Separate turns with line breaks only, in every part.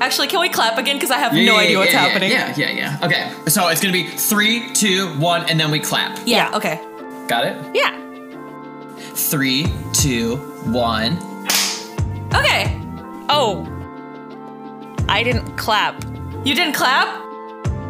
Actually, can we clap again? Because I have no idea what's
yeah, yeah,
happening.
Yeah, yeah, yeah. Okay. So it's gonna be three, two, one, and then we clap.
Yeah, okay.
Got it?
Yeah.
Three, two, one.
Okay.
Oh. I didn't clap.
You didn't clap?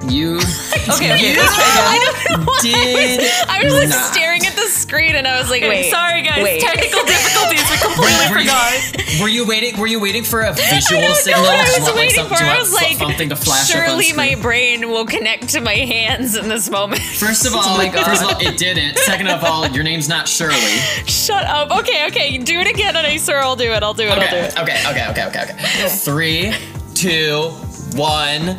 You
Okay, okay. Let's try again.
I don't know why.
did.
I was like
not.
staring at the screen and I was like,
Okay,
wait.
Sorry, guys.
wait.
Technical difficulties. We completely
Were you-
forgot.
Were you waiting? Were you waiting for a visual
I don't know
signal?
what
Do
I
you
was
want, like,
waiting
some-
for.
do you
I
want
was like,
something to flash up on
surely my
screen?
brain will connect to my hands in this moment.
First of all,
my God.
first of all, it didn't. Second of all, your name's not Shirley.
Shut up. Okay, okay. Do it again and I swear I'll do it. I'll do it. I'll do
Okay,
it.
okay, okay, okay, okay, okay. Three, two, one.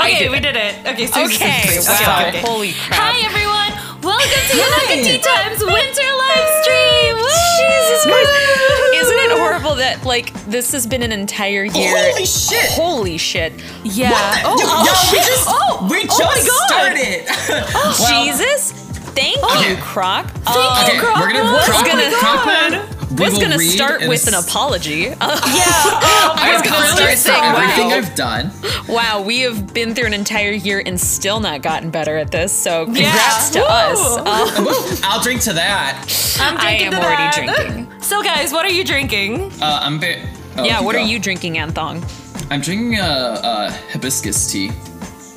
Okay,
did
we did it. Okay, so
Okay.
Okay,
Wow.
okay.
Holy
Hi
crap.
everyone. Welcome to
Hi.
Yucca Tea Times winter live stream.
Jesus
Woo!
Christ. Isn't it horrible that like this has been an entire year?
Holy shit.
Holy shit.
Yeah.
Oh,
Oh,
yo, we just,
Oh,
we
oh
just
my God.
started. Well,
Jesus. Thank
Okay.
you, Croc. Oh, Thank
you,
Okay, we're gonna
Crocman.
Croc-
Was gonna-
Crocman, we
was
will
gonna
read
start
and
with an
s-
apology. Uh,
yeah. Oh,
I was gonna
Sorry for
start saying
everything
wow.
I've done.
Wow, we have been through an entire year and still not gotten better at this. So congrats to
Woo.
us. Um,
I'll drink to that.
I'm
I
drinking
am
to
already
that.
drinking.
So guys, what are you drinking?
Uh, I'm. Ba- oh,
yeah,
keep
what are
going.
you drinking, Anthong?
I'm drinking a, uh hibiscus tea.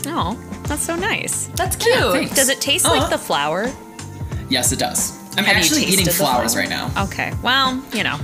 Oh, that's so nice.
That's cute.
thanks.
Does it taste
Uh-huh.
like the flour?
Yes, it does. I'm
Have you
actually
tasted
eating
the
flowers
flour?
right now.
Okay. Well, you know.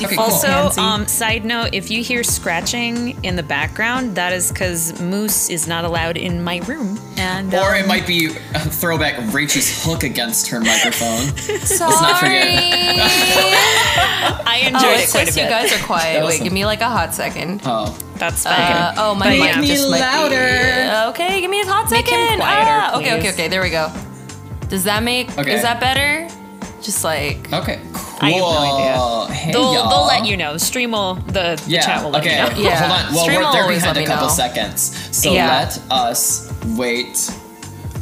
Okay,
Also,
Fancy.
um, side note: if you hear scratching in the background, that is because Moose is not allowed in my room. And
Or
um,
it might be a throwback of Rachel's hook against her microphone.
Sorry.
not forget.
I enjoyed
oh,
it
it
quite a
says you
bit.
guys are quiet.
That was
Wait, give me like a hot second.
oh.
That's fine.
Uh, oh, my
But
mic
yeah.
just
Make me
might be-
louder.
Okay, give me a hot
Make him
second.
quieter,
ah, okay, okay,
please.
okay. There we go. Does that make?
Okay.
Is that better? Just like.
Okay. Cool.
I have no idea.
Hey,
They'll,
y'all.
they'll let you know. The stream will, the, the
Yeah.
chat will let
okay.
you know.
cool.
Yeah.
Hold on. Well,
Stream will
we're, they're
always
behind
let me
a couple
know.
seconds, so
Yeah.
let us wait.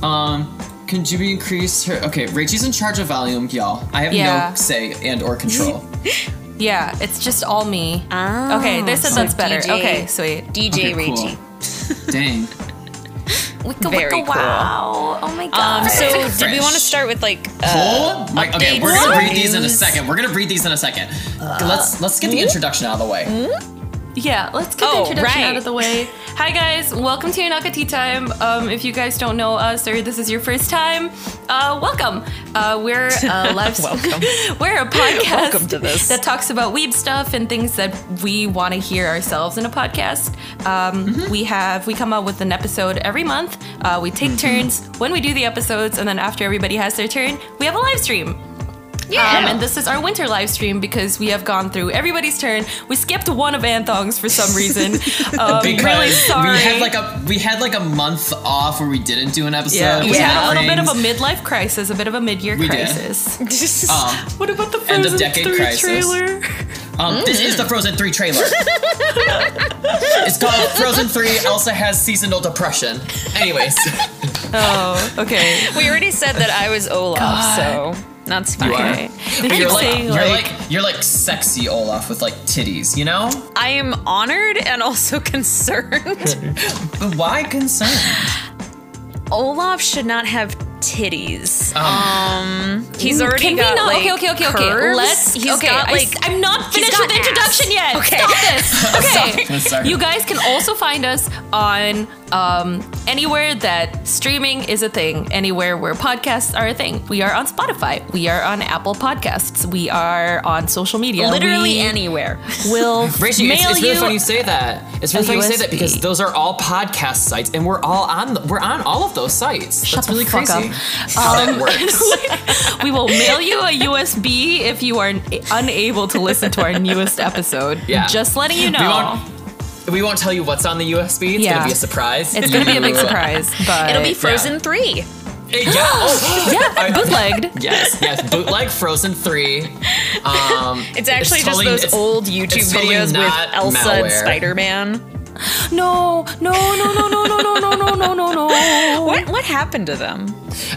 Um, can Juby increase her? Okay, Rachel's in charge of volume, y'all. I have
Yeah.
no say and or control.
Yeah, it's just all me.
Ah,
okay, they said
so
that's better.
DJ
Okay, sweet.
DJ
Okay,
Regi.
cool. Dang.
Wicka
Very
wicka
cool.
wow. Oh my god.
Um, so
Fresh.
did we want to start with like uh,
Hold my. Okay,
updates
we're gonna
and
read these in a
news?
second. We're gonna read these in a second.
Uh,
let's let's
hmm?
get the introduction out of the way.
Yeah, let's get the
Oh,
introduction
right.
out of the way. Hi guys, welcome to Yanaka Tea Time. Um, if you guys don't know us or this is your first time, uh, welcome. Uh, we're a live
Welcome.
we're a podcast
Welcome to this.
that talks about weeb stuff and things that we want to hear ourselves in a podcast. Um,
Mm-hmm.
We have we come out with an episode every month. Uh, we
Mm-hmm.
take turns when we do the episodes, and then after everybody has their turn, we have a live stream.
Yeah.
Um, and this is our winter live stream because we have gone through everybody's turn. We skipped one of Anthong's for some reason. Um,
Because
really sorry.
we had like a we had like a month off where we didn't do an episode.
yeah,
which
we had a
now
little bit of a
brings-
midlife crisis, a bit of a mid-year
We did.
crisis.
um,
What about the
End
Frozen
of decade
3
crisis.
trailer?
Um, This is the Frozen 3 trailer. it's called Frozen 3 Elsa Has Seasonal Depression. Anyways,
Oh, okay.
we already said that I was Olaf, so that's fine.
are.
Okay. They keep
you're like,
saying
you're
like,
like you're like sexy Olaf with like titties, you know?
I am honored and also concerned.
But why concern?
Olaf should not have titties. Mm,
Um,
He's already
Can we
got
not?
like
okay, okay, okay, okay.
curves.
Let's.
He's
okay,
got like
I, am not
he's
finished
got
with the
ass.
introduction yet.
Okay.
Stop this. Okay.
sorry. I'm sorry.
You guys can also find us on um, anywhere that streaming is a thing. Anywhere where podcasts are a thing. We are on Spotify. We are on Apple Podcasts. We are on social media.
literally
we
anywhere.
will
Rachel,
mail
it's, it's really
you.
funny you say that. It's really funny you say that because
USB.
those are all podcast sites, and we're all on the, we're on all of those sites.
Shut
That's
the
really
fuck
crazy.
up. Um,
How that works.
we will mail you a USB if you are unable to listen to our newest episode.
Yeah.
Just letting you know.
We won't we won't tell you what's on the USB. It's
Yeah.
gonna be a surprise.
It's gonna be a big
You-
surprise, but
It'll be Frozen Three.
Eh, yeah. Oh,
yeah, bootlegged.
yes, yes. Bootleg Frozen Three. Um,
It's actually just
totally-
those
it's-
old YouTube
it's totally
videos with
not
Elsa and
malware.
Spider Man.
No, no, no, no, no, no, no, no, no, no, no.
What what happened to them?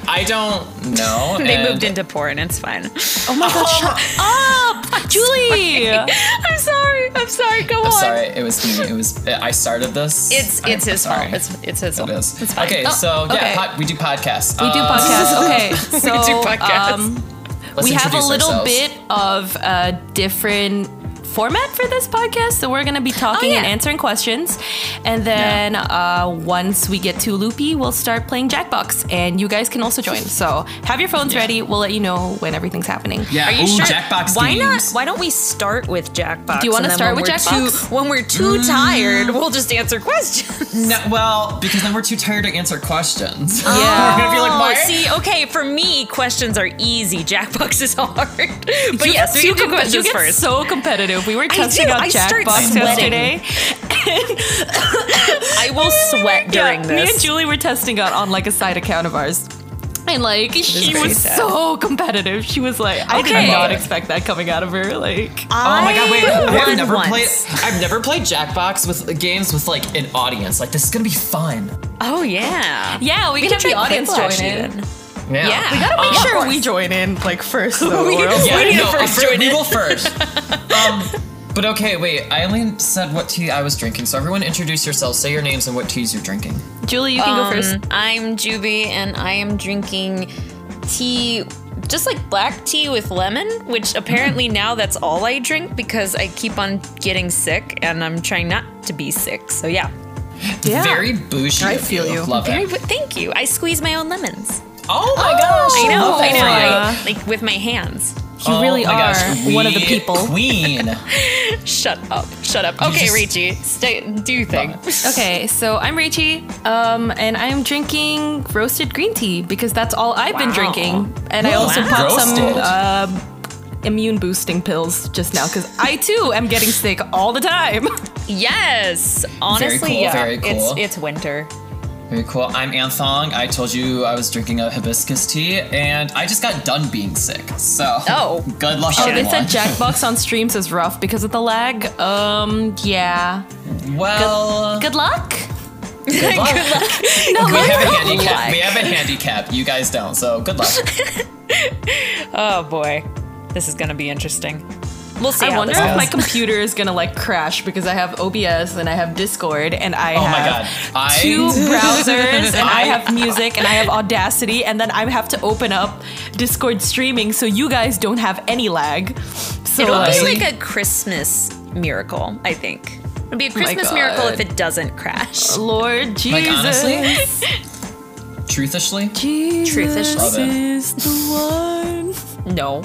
I don't know.
They
and
moved into porn. It's fine.
Oh my god! Shut up! Julie!
I'm sorry. I'm sorry. Go
I'm
on.
sorry, it was me. It was I started this.
It's
I'm
it's his
sorry.
fault. It's it's his fault.
It is.
It's fine.
okay,
Oh,
so yeah,
okay.
pod- we do podcasts. Uh,
We do
Uh,
podcasts. Okay, so
podcasts.
um, we have a little bit of a different format for this podcast. So we're going to be talking and
Oh, yeah.
answering questions, and then uh, once we get too loopy, we'll start playing Jackbox, and you guys can also join. So have your phones ready. We'll let you know when everything's happening.
Yeah,
Are you
ooh,
sure?
Jackbox
Why not?
games.
Why don't we start with Jackbox?
Do you wanna
and then
start
when
with
we're
Jackbox?
Too, when we're too
Mm.
tired, we'll just answer questions.
No, well, because then we're too tired to answer questions. Oh
Yeah.
we're gonna be like, why?
Oh, see, okay, for me, questions are easy. Jackbox is hard. But
You
yes,
get
we
too
can do
compe-
questions
you get
first.
so competitive. We were testing
do.
out
I start
Jackbox
sweating.
yesterday.
I will sweat during
yeah,
this.
Me and Julie were testing out on like a side account of ours. And like she
pretty
was
sad.
so competitive. She was like, I
Okay.
did not expect that coming out of her. Like
Oh my god, wait, I've
won
never
once.
played I've never played Jackbox with games with like an audience. Like this is gonna be fun.
Oh yeah.
Yeah, we,
We
can have
try
the audience join
Quiplash
in.
even.
Yeah.
Yeah.
We gotta
Oh,
make
of
sure
course.
we join in like first though.
We-
or else-
Yeah,
We need to
no,
first
uh, fir-
join
we
in.
will first. um, but okay, wait. I only said what tea I was drinking, so everyone introduce yourselves, say your names, and what teas you're drinking.
Julie, you can go first.
Um, I'm Juby, and I am drinking tea, just like black tea with lemon, which apparently now that's all I drink because I keep on getting sick, and I'm trying not to be sick. So yeah.
Yeah.
Very bougie.
I
of
feel you.
Love
Very,
it.
but thank you. I squeeze my own lemons.
Oh my gosh!
I know.
love
I
that
know.
for you.
I- like with my hands.
you
Oh
really
my
are
gosh,
one of the
we-
people.
Queen.
Shut up. Shut up. Okay,
just-
Ricci, stay. Do your thing.
Okay, so I'm Rachy, um, and I'm drinking roasted green tea because that's all I've been
Wow.
drinking. And I also
Wow.
popped
Roasted.
some um immune boosting pills just now because I too am getting sick all the time.
Yes. Honestly,
cool,
yeah.
very cool.
It's it's winter.
Very cool. I'm Anthong. I told you I was drinking a hibiscus tea, and I just got done being sick. So,
Oh.
good luck.
Oh, they said
everyone.
Jackbox on streams is rough because of the lag. Um, yeah.
Well,
Good luck.
good luck.
No,
We have a
luck.
handicap. We have a handicap. You guys don't. So, good luck.
Oh boy, this is gonna be interesting. We'll see.
I
how
wonder
this
if
goes.
my computer is gonna like crash because I have OBS and I have Discord and I
Oh my god.
have
I
two browsers and I
I-
have music and I have Audacity and then I have to open up Discord streaming so you guys don't have any lag. So
It'll
like,
be
Honestly-
like a Christmas miracle, I think. It'll
Oh
be a Christmas
God.
miracle if it doesn't crash.
Lord Jesus.
Like, honestly, truthishly,
Jesus
Truthish.
Love it.
is the one.
No.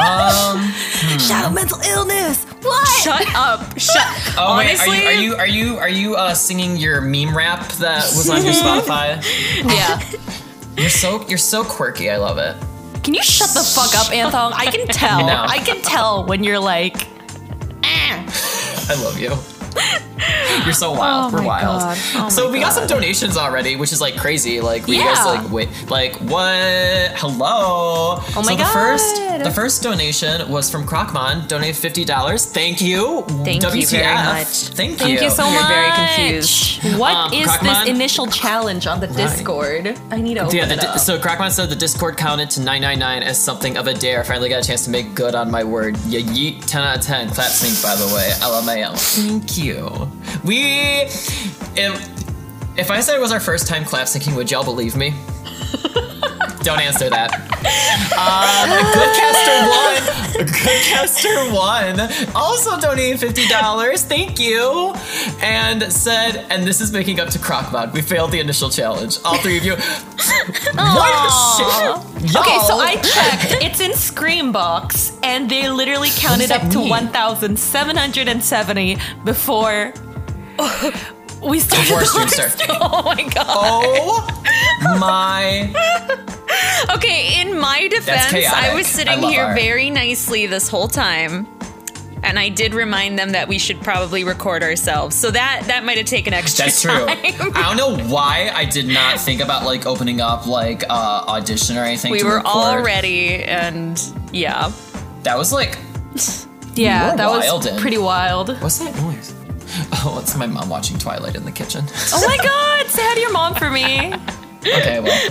um,
Shadow mental illness. What?
Shut up. Shut.
oh wait,
Honestly,
are you are you are you are you uh, singing your meme rap that was on your Spotify?
yeah.
You're so you're so quirky. I love it.
Can you shut the fuck up, Anthong? I can tell.
No.
I can tell when you're like.
I love you. You're so wild.
Oh
We're
my
wild.
God. Oh
so
my
we got some donations already, which is like crazy. Like we
Yeah.
guys like wait like what? Hello. Oh
my
so The first
God.
the first donation was from Crocmon. Donated fifty dollars. Thank you.
Thank you
WTF.
very much.
Thank,
Thank you so
You're
much.
very confused.
What
Um,
is
Crocmon?
this initial challenge on the Discord? I need to open
Yeah, the,
it
di-
up.
so Crackman said the Discord counted to 999 as something of a dare. Finally got a chance to make good on my word. Yeah, yeet, 10 out of 10. Clap sync, by the way. LMAL. Thank you. We. If, if I said it was our first time clap syncing, would y'all believe me? Don't answer that. Um, Good caster one. Good caster one. Also donated fifty dollars. Thank you. And said, and this is making up to Crocmod. We failed the initial challenge. All three of you. what shit? Y'all.
Okay, so I checked. It's in Screambox, and they literally counted
that
up to
mean?
1,770 before we started
Before
the
stream
live
start.
stream.
Oh my god.
Oh my!
Okay, in my defense,
chaotic.
I was
I
sitting
love
here
art.
very nicely this whole time. And I did remind them that we should probably record ourselves. So that that might have taken extra
That's true.
time.
I don't know why I did not think about like opening up like uh, audition or anything.
we
to
were
record.
all ready and yeah.
That was like You
Yeah,
were
that was
wildin'.
pretty wild. Oh
What's that noise? Oh, it's my mom watching Twilight
Oh.
in the kitchen.
my god, say hi to your mom for me.
okay, well.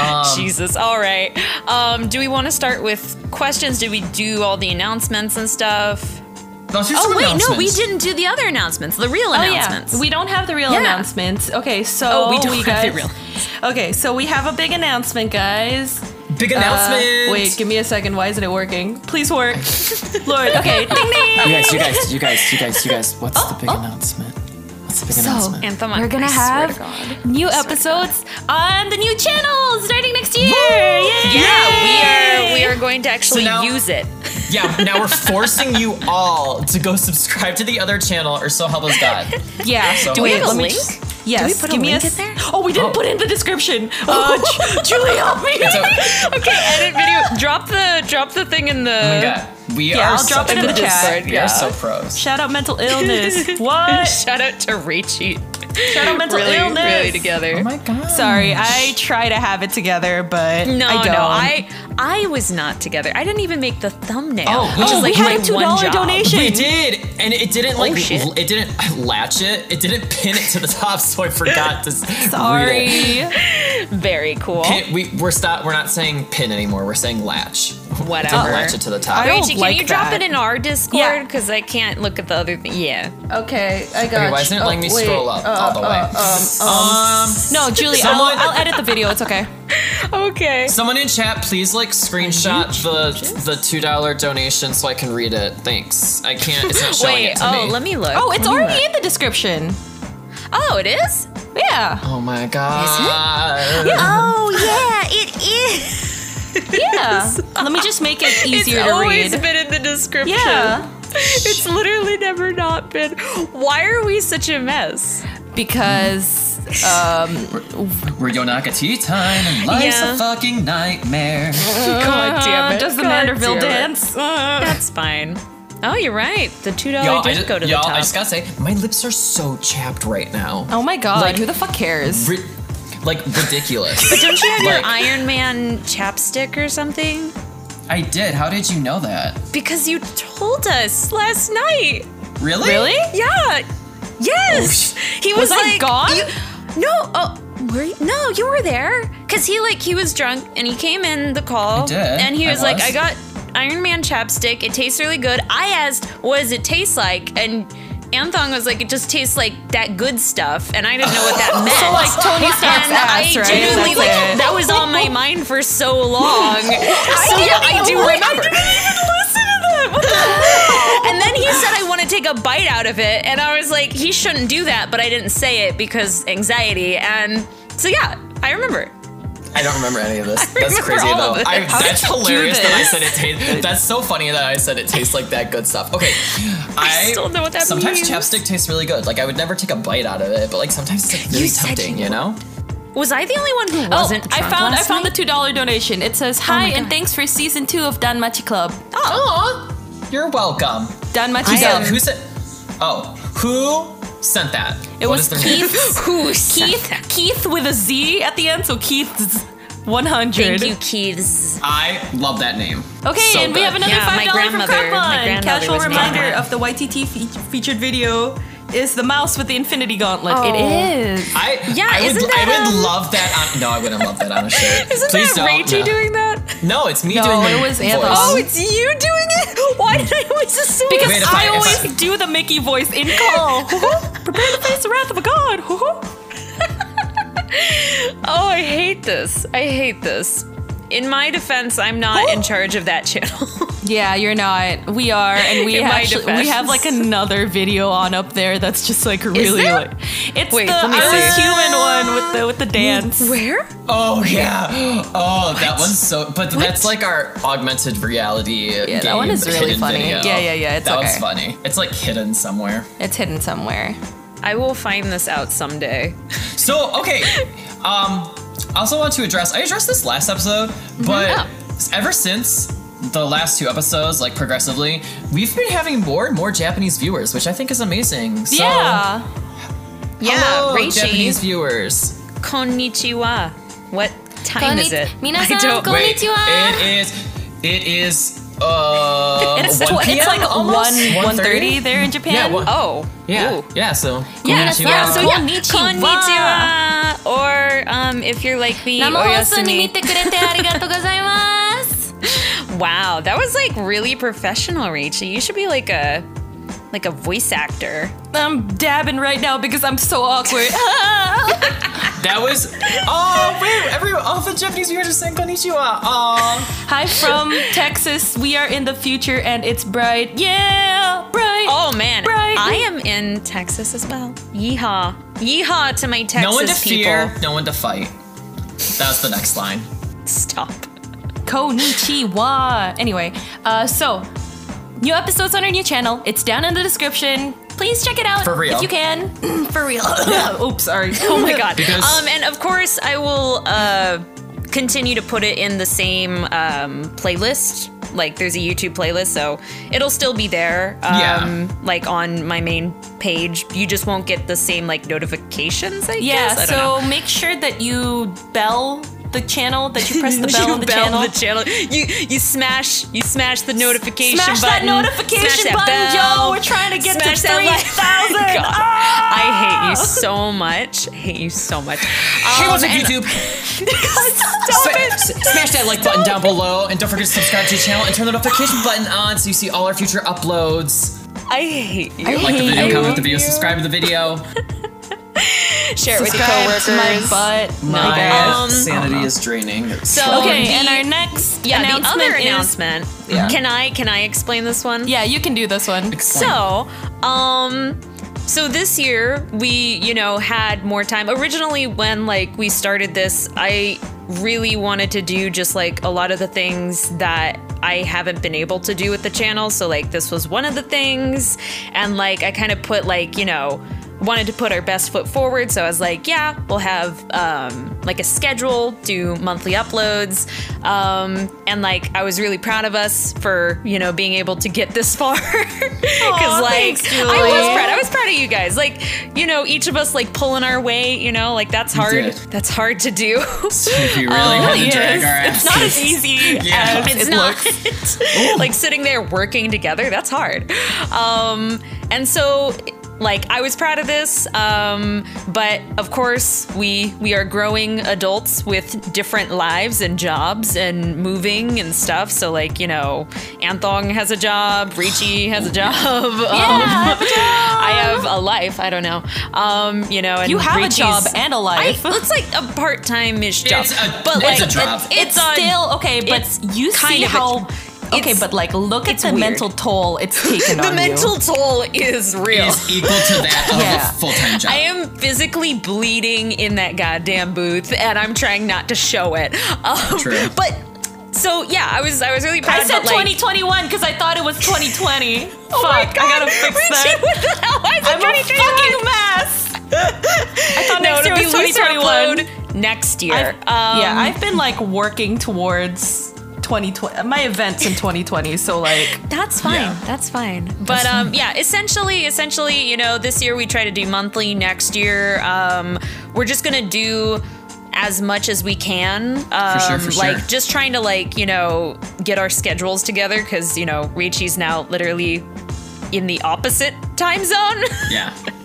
Um, Jesus. All right. Um, do we want to start with questions? Did we do all the announcements and stuff?
Let's do
Oh
some
wait, no, we
announcements.
didn't do the other announcements. The real
Oh
announcements.
yeah, we don't have the real
Yeah.
announcements. Okay, so
Oh, we don't have the
guys-
real-
Okay, so we have a big announcement, guys.
Big
Uh,
announcement.
wait, give me a second. Why isn't it working? Please work, Lord. Okay, ding ding.
You guys, you guys, you guys, you guys, you guys. What's the
Oh,
big announcement? What's the big announcement?
Anthem.
We're gonna
I swear to
have
God.
new episodes on the new channel starting next year. Yay!
Yeah, we are we are going to actually
now-
use it.
Yeah, now we're forcing you all to go subscribe to the other channel or so help us God.
Yeah.
So-
Do
we
we
have
have a
a
link? Yes.
Do we put a
give me
link
a
in there?
Oh, we didn't
Oh.
put in the description. Uh, Ju- Julie, help me.
So,
Okay, edit video. drop the drop the thing in the.
yeah, oh we
Yeah,
are
I'll
so
drop it in the
pros.
chat.
We
Yeah.
are so pros.
Shout out mental illness. What?
Shout out to Rachy.
Shout out mental
really,
illness.
really together.
Oh my god.
Sorry, I try to have it together, but
no,
I don't.
no, I I was not together. I didn't even make the thumbnail.
Oh,
which
oh,
is
we
like
had
my
a $2
one job.
donation.
We did, and it didn't
Oh,
like
shit.
l- it didn't latch it. It didn't pin it to the top, so I forgot to. s- read it.
Sorry.
Very cool.
Pin, we we're stop. We're not saying pin anymore. We're saying latch.
Whatever.
Didn't latch it to the top.
I don't
Rachy, can
like
you drop
that.
it in our
Yeah.
Discord? Because I can't look at the other thing. Yeah.
okay, I got
Okay, why isn't it letting me scroll up all the way? um,
no, Julie,
Someone-
I'll, I'll edit the video. It's okay.
Okay.
Someone in chat, please like screenshot the the two dollar donation so I can read it. Thanks. I can't. It's not showing
Wait.
it to
Oh,
me.
let me look.
Oh, it's already in the description.
Oh, it is.
Yeah.
Oh my god.
Oh yeah, it is.
Yeah. Let me just make it easier
it's
to
always
read.
been in the description.
Yeah.
It's literally never not been. Why are we such a mess?
Because um
We're Yonaka tea time and life's
Yeah.
a fucking nightmare.
God damn it.
uh, does the
Uh-huh. God
Manderville
damn it.
dance? Uh,
That's fine. Oh, you're right. The two dollar
y'all, I
did
just,
go to the
y'all,
top.
I just gotta say, my lips are so chapped right now.
oh my god,
Like-
who the fuck cares?
Ri- like ridiculous.
but don't you have
Like-
your Iron Man chapstick or something?
I did. How did you know that?
Because you told us last night. Eh,
Really?
Really?
Yeah. Yes.
Oh,
he
Was
was,
I
like
gone?
you- no. Oh, were you? No, you were there. Cause he like he was drunk and he came in the call.
I did.
And he
I
was, like,
was.
I got Iron Man chapstick. It tastes really good. I asked, what does it taste like? And Anthong was like, it just tastes like that good stuff. And I didn't know what that meant.
So like Tony Stark's
And I
ass, right?
genuinely
That's
like
it.
that was on my mind for so long. so yeah, I do remember. And then he said I want to take a bite out of it, and I was like, he shouldn't do that, but I didn't say it because anxiety. And so yeah, I remember.
I don't remember any of this. That's
remember
crazy
all
though.
of it.
I,
How
did you
that's
do
hilarious that I
this?
said it tastes. That's so funny that I said it tastes like that good stuff. Okay, I,
still don't know what that
sometimes
means.
chapstick tastes really good. Like I would never take a bite out of it, but like sometimes it's like really
You said
tempting.
you
You know?
Was I the only one who wasn't?
oh, I
drunk
found I
last
found
night? Oh
the two dollar donation. It says hi and
God.
thanks for season two of Dan Machi Club.
oh.
Aw, you're welcome.
Dan Machi
I
So,
Club.
am-
who sent? Oh, who sent that?
It
What
was
is their name?
Keith.
Who said
Keith
that?
Keith with a Z at the end, so Keith's one hundred.
Thank you, Keiths.
I love that name.
Okay,
So
and we
good.
have another
Yeah,
five
my
dollar from
grandmother- my
Crapon.
grandmother
Casual
was making
reminder
that.
of the YTT fe- featured video is the mouse with the infinity gauntlet.
Oh.
It is.
I
Yeah,
I would,
isn't that,
I would
um,
love that. On, no, I wouldn't love that on a shirt.
Isn't
Please Um,
that
don't.
Rachy
no.
doing that?
No, it's me
No,
doing
it
the
was
voice.
Anthem.
Oh, it's you doing it? Why did I always assume?
Because
Wait, if
I,
I- if
always
I-
do the Mickey voice in call. Prepare to face the wrath of a god.
Oh, I hate this. I hate this. In my defense, I'm not in charge of that channel.
yeah, you're not. We are, and we
In my
actually we have
defense.
like another video on up there that's just like really
there?
like it's
Wait,
the
let me
I was
see.
human one with the with the dance.
Where?
Oh yeah. Oh, that one's so. But that's like our augmented reality.
Yeah, that one is really funny. Yeah, yeah, yeah, it's
that was
okay.
funny. It's like hidden somewhere.
It's hidden somewhere.
I will find this out someday.
So okay, um, I also want to address. I addressed this last episode,
Mm-hmm.
but
Yeah.
ever since the last two episodes, like progressively, we've been having more and more Japanese viewers, which I think is amazing. So,
yeah.
hello,
Reishi.
Japanese viewers.
Konnichiwa. What time is it?
Konnichi- Minasan,
I don't.
kon-
Wait,
Konnichiwa.
it is. It is Uh,
It's,
1
tw- it's
p.m.
like
almost?
1 130 there in Japan.
Yeah, one-
Oh.
Yeah,
Ooh.
yeah. So
Yeah, that's-
konnichiwa.
yeah, so yeah.
Konnichiwa.
Konnichiwa.
Or um, if you're like me,
生放送に見
oyasumi.
てくれてありがとうございます。
Wow, that was like really professional, Rachel. You should be like a like a voice actor.
I'm dabbing right now because I'm so awkward.
that was. Oh wait, everyone, all the Japanese viewers are saying konnichiwa. Oh,
Hi from Texas. We are in the future and it's bright. Yeah, bright.
Oh man,
Right.
I am in Texas as well. Yeehaw, yeehaw to my Texas
no one to
people.
fear, no one to fight. That's the next line.
Stop.
Konnichiwa. Anyway, uh, so new episodes on our new channel. It's down in the description. Please check it out
For real.
if you can. For real. Oops, sorry.
Oh my god.
Because-
um, and of course, I will uh, continue to put it in the same um, playlist. Like, there's a YouTube playlist, so it'll still be there. Um,
Yeah.
Like on my main page, you just won't get the same like notifications. I
Yeah,
guess. I don't know.
so make sure that you bell the channel, that you press the bell
you
on the
bell
channel.
the channel. You you smash you smash the notification
Smash that
button.
notification
smash that
button, yo!
bell,
We're trying to get
smash
to
that like-
3,000!
God,
Ah!
I hate you so much. I hate you so much.
Hey,
Um,
what's up,
and-
YouTube?
Stop
Sma- s- Smash that like button down below, and don't forget to subscribe to the channel and turn the notification button on so you see all our future uploads.
I hate you.
Like the video,
hate
comment the video,
you.
subscribe to the video.
Share it with your
Subscribe
coworkers.
to my butt.
My
Um,
sanity is draining.
So
Okay,
the-
and our next
yeah, the
announcement
other
is-
announcement.
Yeah.
Can I can I explain this one?
Yeah, you can do this one.
So, um, so this year we, you know, had more time. Originally, when like we started this, I really wanted to do just like a lot of the things that I haven't been able to do with the channel. So like this was one of the things, and like I kind of put like you know wanted to put our best foot forward so i was like yeah we'll have um, like a schedule do monthly uploads um, and like i was really proud of us for you know being able to get this far because like
thanks,
i was
Julie.
proud i was proud of you guys like you know each of us like pulling our way you know like that's hard
did.
that's hard to do
if you really
um,
had to drag our
It's not
asses.
as easy
Yeah.
as
it's
it
not
looks.
like sitting there working together that's hard um and so like i was proud of this um but of course we we are growing adults with different lives and jobs and moving and stuff so like you know anthong has a job richie has a job um,
Yeah,
i have a life i don't know um you know and
you have
Richie's-
a job and a
I,
life.
it's like a part-time-ish job
It's a-
but
it's
like
a job.
it's um,
a-
still okay, but
it's
you
kind
see
of a-
how. Okay,
it's-
but like, look at
it's
the
weird.
mental toll it's taken
the
on
mental toll is real
is equal to that of
Yeah.
a full time job.
I am physically bleeding in that goddamn booth, and I'm trying not to show it. Um,
True.
But so yeah, I was I was really
you.
proud.
I said
but, like,
2021 because I thought it was 2020.
Oh my
Fuck,
god!
I gotta fix
Richie,
that.
What the hell? Why is
I'm
it
a
2021?
fucking mess. I thought
no,
next year
it'll be
was 2021.
loser upload next year.
I've- yeah, I've been like working towards 2020, my events in 2020. So like,
That's fine.
Yeah.
That's fine. But um, yeah, essentially, essentially, you know, this year we try to do monthly. Next year, um, we're just gonna do as much as we can. Um,
sure, for
like
sure.
just trying to like you know get our schedules together because you know Richie's now literally in the opposite time zone,
yeah.
yep.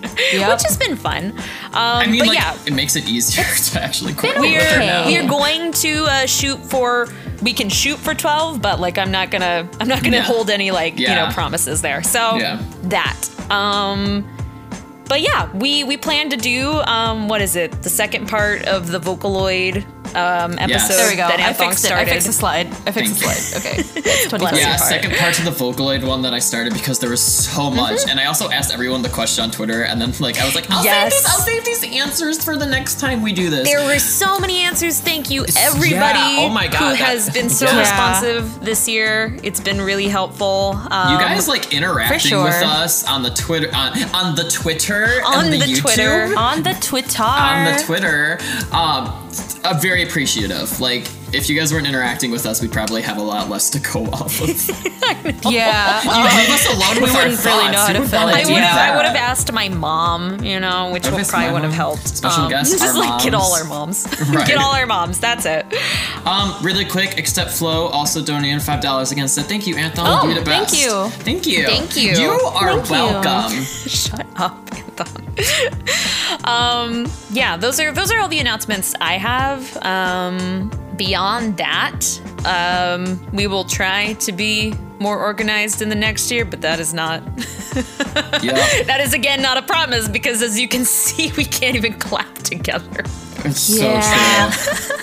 which has been fun. Um,
I mean,
but
like,
yeah,
it makes it easier to actually coordinate
weird
with her
day.
now.
we're going to uh, shoot for we can shoot for 12 but like i'm not gonna i'm not gonna
Yeah.
hold any like you
Yeah.
know promises there so
Yeah.
that um but yeah we we plan to do um what is it the second part of the vocaloid um episode
Yes.
there we go.
that
I
Anthong
fixed it. I
started
fixed the slide. I fixed the
Thank you.
slide. Okay. It's 2020.
Bless
Yeah,
you.
second part of the Vocaloid one that I started because there was
Mm-hmm.
so much, and I also asked everyone the question on Twitter, and then like I was like, I'll save
Yes.
these, I'll save these answers for the next time we do this.
there were so many answers. Thank you, everybody
yeah. Oh my
who
God, that-
has been so
Yeah.
responsive this year. It's been really helpful. Um,
you guys like interacting
sure.
with us on the Twitter, on, on the Twitter,
On
and the,
the
YouTube,
Twitter.
On the Twitter.
on the Twitter. Um, uh, very very appreciative. Like, if you guys weren't interacting with us, we'd probably have a lot less to go off of.
Yeah.
You leave us alone with our
wouldn't really know
thoughts.
how to
You would
fill it.
wanna
I
do
would have.
that.
I would have asked my mom. You know, which
Would've asked
probably
my
would have
mom.
helped. um,
Special guest,
Just
our
like get all
moms.
our moms.
Right.
Get all our moms. That's it.
Um, really quick, Except Flow also donated five dollars against it. Thank you, Anthony.
Oh,
You're the
thank
best.
you.
Thank you.
Thank you.
You are
Thank you.
welcome.
Shut up, Anthon. um, yeah, those are those are all the announcements I have. Um, beyond that, um, we will try to be more organized in the next year, but that is not
Yeah.
that is again not a promise because as you can see, we can't even clap together.
It's
Yeah.
so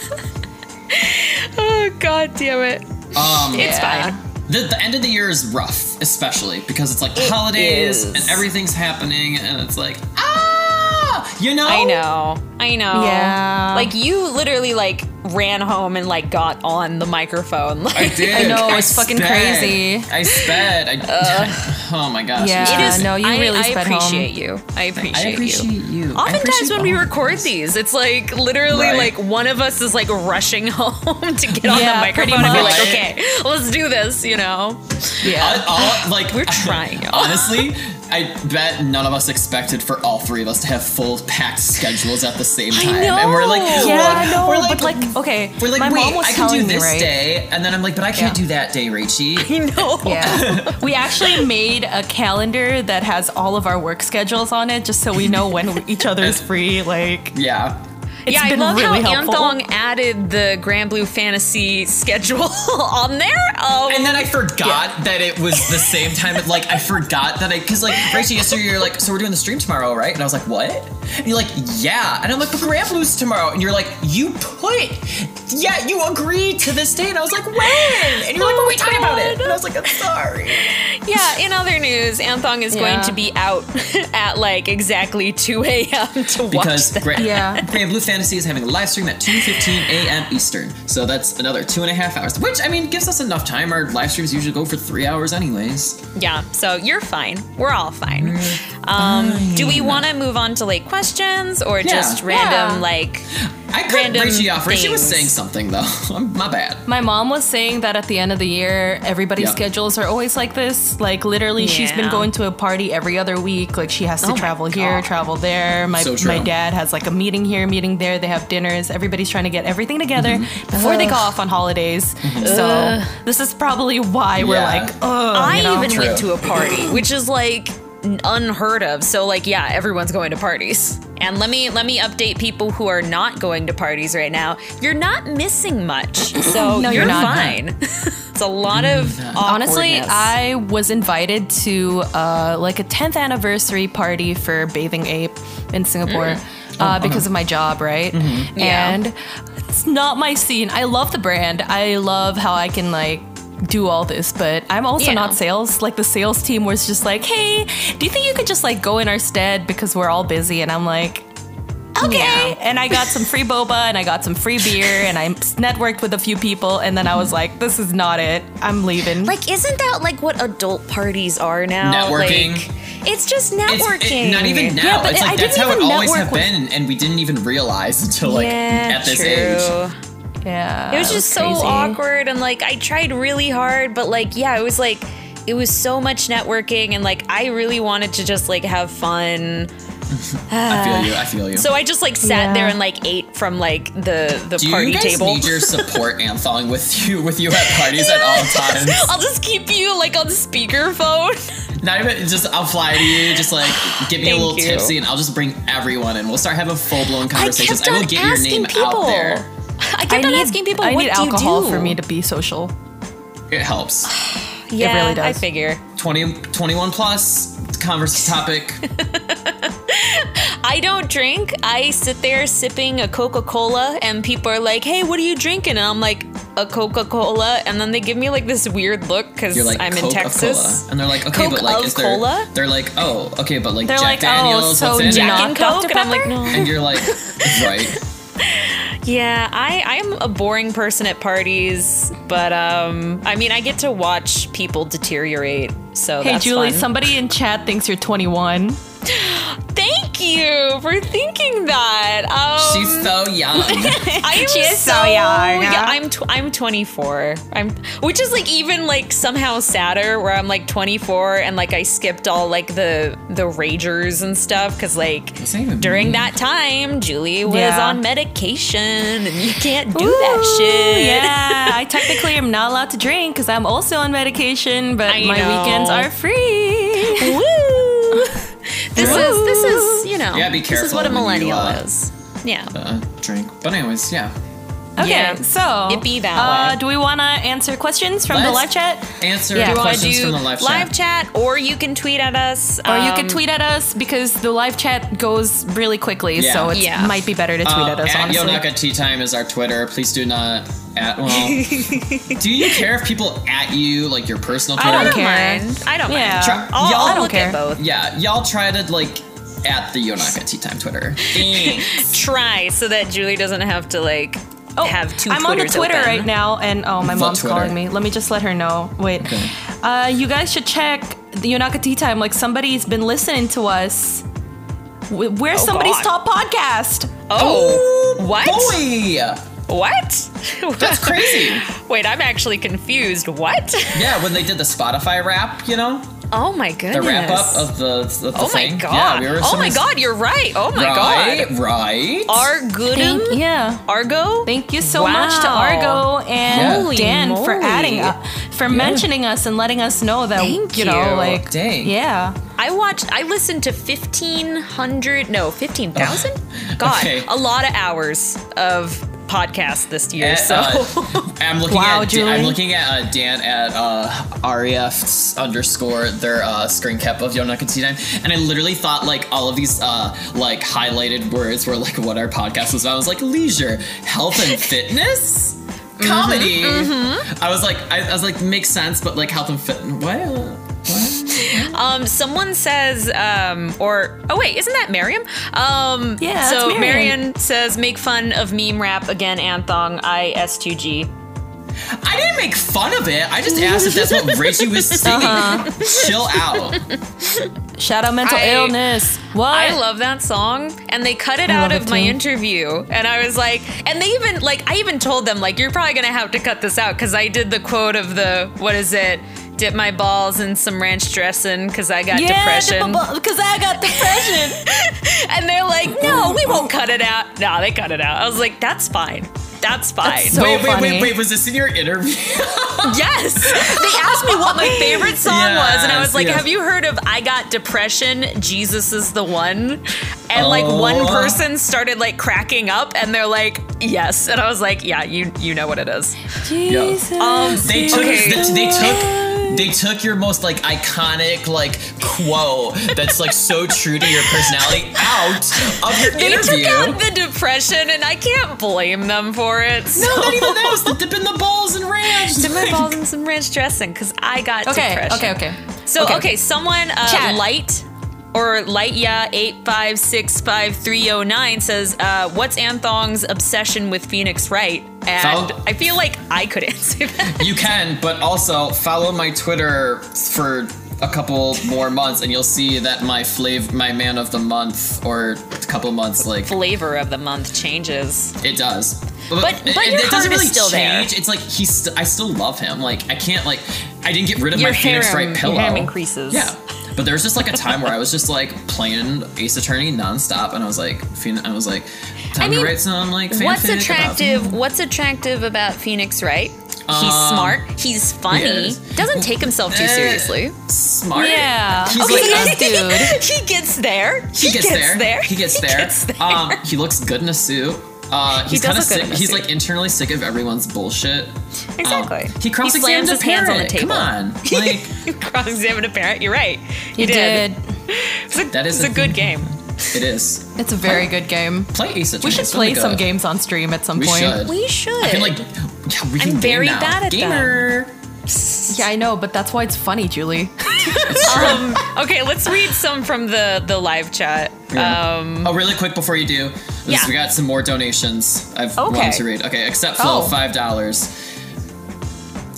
Oh god damn it.
true. Um,
It's
Yeah.
fine.
the, the end of the year is rough, especially because it's like holidays
is.
and everything's happening, and it's like ah, you know.
I know. I know.
Oh. Yeah.
Like you literally like ran home and like got on the microphone. Like
I did.
I know, it's fucking
sped.
crazy.
I sped. I, oh my gosh.
Yeah.
I'm
It
so
is.
no, you
I,
really
I
sped home.
appreciate you. I appreciate,
I appreciate
you.
you. I
Oftentimes
appreciate
when we
all of
record
us.
these, it's like literally
Right.
like one of us is like rushing home to get on the
Yeah, pretty
microphone and be like,
much.
okay, let's do this, you know?
yeah.
I- all- like
We're trying, y'all.
honestly, I bet none of us expected for all three of us to have full packed schedules at the same time, and we're like,
know.
we're
yeah,
Oh, like,
no,
we're
but like, okay,
we're like,
my
wait,
mom was
I can
telling
do
me,
this
right?
day, and then I'm like, but I can't
Yeah.
do that day, Rachie.
You know?
Yeah, we actually made a calendar that has all of our work schedules on it, just so we know when each other is free. Like,
Yeah,
it's
yeah, I
been
love
really
how
helpful.
Anthong added the Grand Blue Fantasy schedule on there. Um,
and then I forgot that it was the same time. but, Like I forgot that I because like Rachie yesterday you're like, so we're doing the stream tomorrow, right? And I was like, what? And you're like, yeah. And I'm like, but Grand Blue's tomorrow. And you're like, you put, yeah, you agreed to this date. And I was like, when? And you're like, but we talked about it. And I was like, I'm sorry.
yeah, in other news, Anthong is
Yeah.
going to be out at like exactly 2 a.m. to watch
Because
that.
Grand,
Yeah.
Grand Blue Fantasy is having a live stream at 2:15 a.m. Eastern, so that's another two and a half hours. Which I mean gives us enough time. Our live streams usually go for three hours, anyways.
Yeah, so you're fine. We're all fine. Um, do we want to move on to like questions or just random
Yeah.
like?
I cut
Random
Richie off. Richie was
things.
saying something though. I'm- My bad.
My mom was saying that at the end of the year, everybody's
Yeah.
schedules are always like this. Like literally, she's
Yeah. Oh
been going to a party every other week. Like she has to
my
travel here,
God.
travel there. My
So
my
true.
dad has like a meeting here, meeting there. They have dinners. Everybody's trying to get everything together
Mm-hmm.
before they go off on holidays. So this is probably why we're
Yeah.
like, oh,
I
you know?
even went
True.
to a party, which is like unheard of. So like, yeah, everyone's going to parties. And let me let me update people who are not going to parties right now. You're not missing much, so
No,
you're,
you're not.
fine. it's a lot of
Mm.
Honestly,
awkwardness.
I was invited to uh, like a 10th anniversary party for Bathing Ape in Singapore
Mm.
uh, because of my job, right?
Oh, uh-huh. Mm-hmm. Yeah.
And it's not my scene. I love the brand. I love how I can like do all this, but I'm also
Yeah.
not sales. Like the sales team was just like, "Hey, do you think you could just like go in our stead because we're all busy?" And I'm like. Okay, and I got some free boba and I got some free beer and I networked with a few people and then I
Mm-hmm.
was like, this is not it. I'm leaving.
like, isn't that like what adult parties are now?
Networking.
Like, it's just
It's
networking.
it- not even now.
Yeah, but
it's
I
like that's
didn't
how it
even
always
network
have
with-
been, and we didn't even realize until like at this age.
Yeah.
It was just so
crazy.
awkward and like I tried really hard, but like yeah, it was like it was so much networking and like I really wanted to just like have fun.
I feel you. I feel you.
So I just like sat
Yeah.
there and like ate from like the the
do
party
you guys
table.
need your support anthong with you with you at parties at all times?
I'll just keep you like on speakerphone.
Not even just I'll fly to you, just like get me a
Thank
little
you.
tipsy, and I'll just bring everyone, and we'll start having full blown
I
conversations.
kept
I,
on
will get your
asking
name
people.
out there.
I kept on asking people
I
what
need
do
alcohol
you do?
for me to be social.
It helps.
yeah,
really
I
does.
figure.
20, 21 plus converse topic.
I don't drink. I sit there sipping a Coca Cola, and people are like, "Hey, what are you drinking?" And I'm like, "A Coca Cola," and then they give me like this weird look because
You're like
I'm
Coke
in
of
Texas.
cola. and they're like, okay,
Coke
but like,
of
is there?
cola?
They're like, oh, okay, but like
They're
Jack
like, oh,
Daniels,
so
what's in
Jack
it?
Jack and
Not Dr.
Coke, and I'm like,
Pepper?
"No."
And you're like, right?
Yeah, I I'm a boring person at parties, but um, I mean, I get to watch people deteriorate. So
Hey,
that's
Julie,
fun.
somebody in chat thinks you're 21.
thank you. you for thinking that. Um,
She's so young.
I am
She is so
so
young.
Yeah, I'm tw- I'm 24. I'm which is like even like somehow sadder where I'm like 24 and like I skipped all like the the ragers and stuff cuz like
Does that even
during
mean-
that time Julie was
Yeah.
on medication and you can't do
Ooh,
that shit.
Yeah, I technically am not allowed to drink because I'm also on medication, but
I
my
know.
weekends are free.
Woo! This is this is, you know,
Yeah, be
this is
careful
what a
when you,
millennial
uh,
is. Yeah.
Uh,
drink. But anyways, yeah.
Okay,
Yeah.
so
It be that
uh,
way.
Do we want to answer questions from the
Let's-
live chat?
answer
Yeah. Do you wanna
questions from the live,
live
chat.
chat or you can tweet at us Um,
Or you could tweet at us because the live chat goes really quickly,
Yeah.
so it
Yeah.
might be better to tweet
Uh,
at us.
at
honestly,
Yonaka Tea Time is our Twitter. Please do not at well. do you care if people at you like your personal Twitter?
don't
I don't
care.
mind. I don't
yeah,
mind.
Try-
I'll,
Y'all-
I'll
I don't
look
care.
at both.
Yeah, y'all try to like at the Yonaka Tea Time Twitter.
try so that Julie doesn't have to like
Oh,
have two.
I'm on the
Twitters
Twitter
open.
right now, and oh, my
The
mom's
Twitter.
calling me. Let me just let her know. Wait,
Okay.
uh, you guys should check the Yonaka Tea Time. Like somebody's been listening to us. W- We're somebody's
Oh, God.
top podcast.
Oh, what?
Boy,
What?
Oh. that's crazy.
Wait, I'm actually confused. What?
Yeah, when they did the Spotify wrap, you know,
Oh my goodness.
the wrap up of the, of the
oh
thing.
my
Yeah,
god.
we were
oh my
somebody's-
god, you're right. Oh my
right,
god.
Right.
Argudum.
Thank, yeah.
Argo.
Thank you so
Wow.
much to Argo
Yeah.
and
Holy
Dan for
moly.
adding up, for mentioning us and letting us know that
Thank
you know,
you.
like,
Dang.
yeah.
I watched. I listened to fifteen hundred. No, fifteen thousand. God,
Okay.
a lot of hours of podcasts this year.
And,
so.
uh, I'm looking
Wow,
at Dan, I'm
Julie.
looking at uh, Dan at uh, REF underscore their uh, screen cap of Yonaka Tea Time, and I literally thought like all of these uh, like highlighted words were like what our podcast was about. I was like leisure, health and fitness,
Mm-hmm.
comedy. I was like I, I was like makes sense, but like health and fit what? what?
Um, someone says, um, or oh wait, isn't that Miriam? Um,
Yeah, that's
So
Miriam.
Marion says, make fun of meme rap again, Anthong. I S two G.
I didn't make fun of it. I just asked if that's what Reggie was singing.
Uh-huh.
Chill out.
Shout out mental
I-
illness. What?
I love that song, and they cut it
I
out
love
of
it
my
too.
interview, and I was like, and they even like, I even told them like, you're probably gonna have to cut this out because I did the quote of the what is it? Dip my balls in some ranch dressing because I got depression.
because I got depression.
and they're like, no, we won't cut it out. No, they cut it out. I was like, that's fine. That's fine.
So
wait, wait,
funny.
wait, wait. Was this in your interview?
Yes. They asked me what my favorite song was, and I
Yes,
was like,
yes.
Have you heard of I Got Depression? Jesus is the one. And like one
Oh.
person started like cracking up and they're like, Yes. And I was like, Yeah, you you know what it is.
Jesus.
Um,
They took
Okay.
they, they took they took your most like iconic like quote that's like so true to your personality out of your
They
interview.
took out the depression and I can't blame them for it. So.
no, not even that. It was the dip in the balls and ranch.
Dip my balls in some ranch dressing because I got
okay,
depression.
okay, okay.
So okay, someone uh,
Chad.
light or lightya eight five six five three zero nine says, uh, "What's Anthong's obsession with Phoenix Wright?" And
Fal-
I feel like I could answer that.
You can, but also follow my Twitter for a couple more months, and you'll see that my flav my man of the month or a couple months like
Flavor of the month changes.
It does.
But- but your heart is still there.
It's like he's. St- I still love him. Like I can't. Like I didn't get rid of
Your
my Phoenix
harem-
Wright pillow.
your harem increases.
Yeah. But there was just like a time where I was just like playing Ace Attorney nonstop, and I was like, Phoen- I was like, time
mean,
to write some like fanfic.
What's
about-
attractive? What's attractive about Phoenix Wright? He's
Um,
smart. He's funny.
yes.
Doesn't take himself too
Eh,
seriously.
Smart.
Yeah.
He's
Okay,
like,
yes,
um,
dude.
he gets there.
he gets, there. He gets there.
there.
Um, he looks good in a suit. Uh, he's
does
kind of
look good
sick.
in a
He's
suit.
like internally sick of everyone's bullshit. Um,
Exactly.
he cross examines
slams his hands on the table.
Come on, like
cross examined a parent. You're right. He,
You did.
It's a,
That is
it's a
a
good
thing.
game.
it is.
It's a very good game.
Play Ace Attorney.
We should
It's
play
really good.
some games on stream at some
We
point.
should.
We should.
I feel like yeah, we can game
very
now.
bad at them.
gamer.
Yeah, I know, but that's why it's funny, Julie.
It's true.
um, okay, let's read some from the the live chat.
Yeah.
Um,
oh, really quick before you do, this-
Yeah.
we got some more donations. I've
Okay. Oh.
wanted to read. Okay, except Phil,
Oh.
five dollars.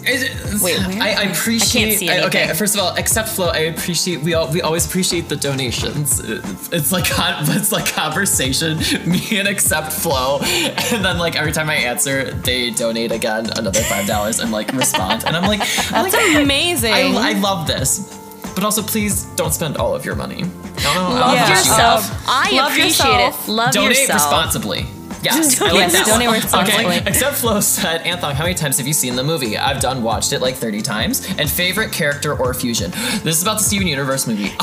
It-
Wait, where?
I, I appreciate.
see
I- okay,
anything.
first of all, except Flo, I appreciate. We all we always appreciate the donations. It's, it's like con- it's like conversation. Me and except Flo, and then like every time I answer, they donate again another five dollars and like respond, and I'm like, I'm like,
That's amazing.
I, I love this, but also please don't spend all of your money. No, no, I
Yeah.
appreciate that.
yourself. I
Love
appreciate
yourself.
it. Love
Donate
yourself.
responsibly. Yes, I like
Yes,
that one.
donate responsibly.
Okay. Except Flo said, Anthong, how many times have you seen the movie? I've done watched it like 30 times. And favorite character or fusion? This is about the Steven Universe movie. Um,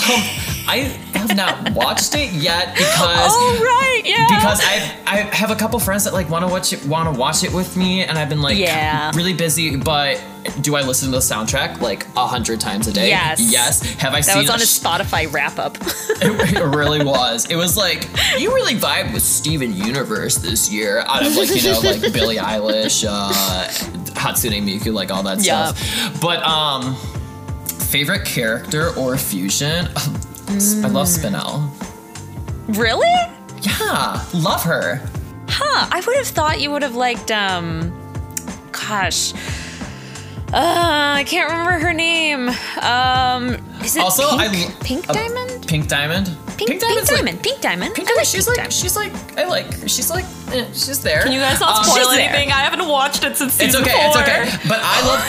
I have not watched it yet because
Oh right, yeah.
because I I have a couple friends that like want to watch it want to watch it with me, and I've been like
Yeah.
really busy. But do I listen to the soundtrack like a hundred times a day?
Yes.
Yes. Have I
that
seen
was on
a
his Spotify wrap up.
it, it really was. It was like you really vibe with Steven Universe this year. Out of like you know like Billie Eilish, uh, Hatsune Miku, like all that
Yeah.
stuff. But um, favorite character or fusion? Oh, I love Spinel.
really?
Yeah, love her.
Huh. I would have thought you would have liked um gosh. Uh, I can't remember her name. Um, is it
Also, I
Pink,
l-
Pink
uh,
Diamond?
Pink Diamond.
Pink, Pink,
Diamond's, like-
Diamond. Pink Diamond.
Pink
I
Diamond.
like
she's
Pink
like
Diamond.
she's like I like her. she's like eh, she's there.
Can you guys not
Um,
spoil
she's there.
anything? I haven't watched it since
It's
season
okay, it's
four.
okay. But I love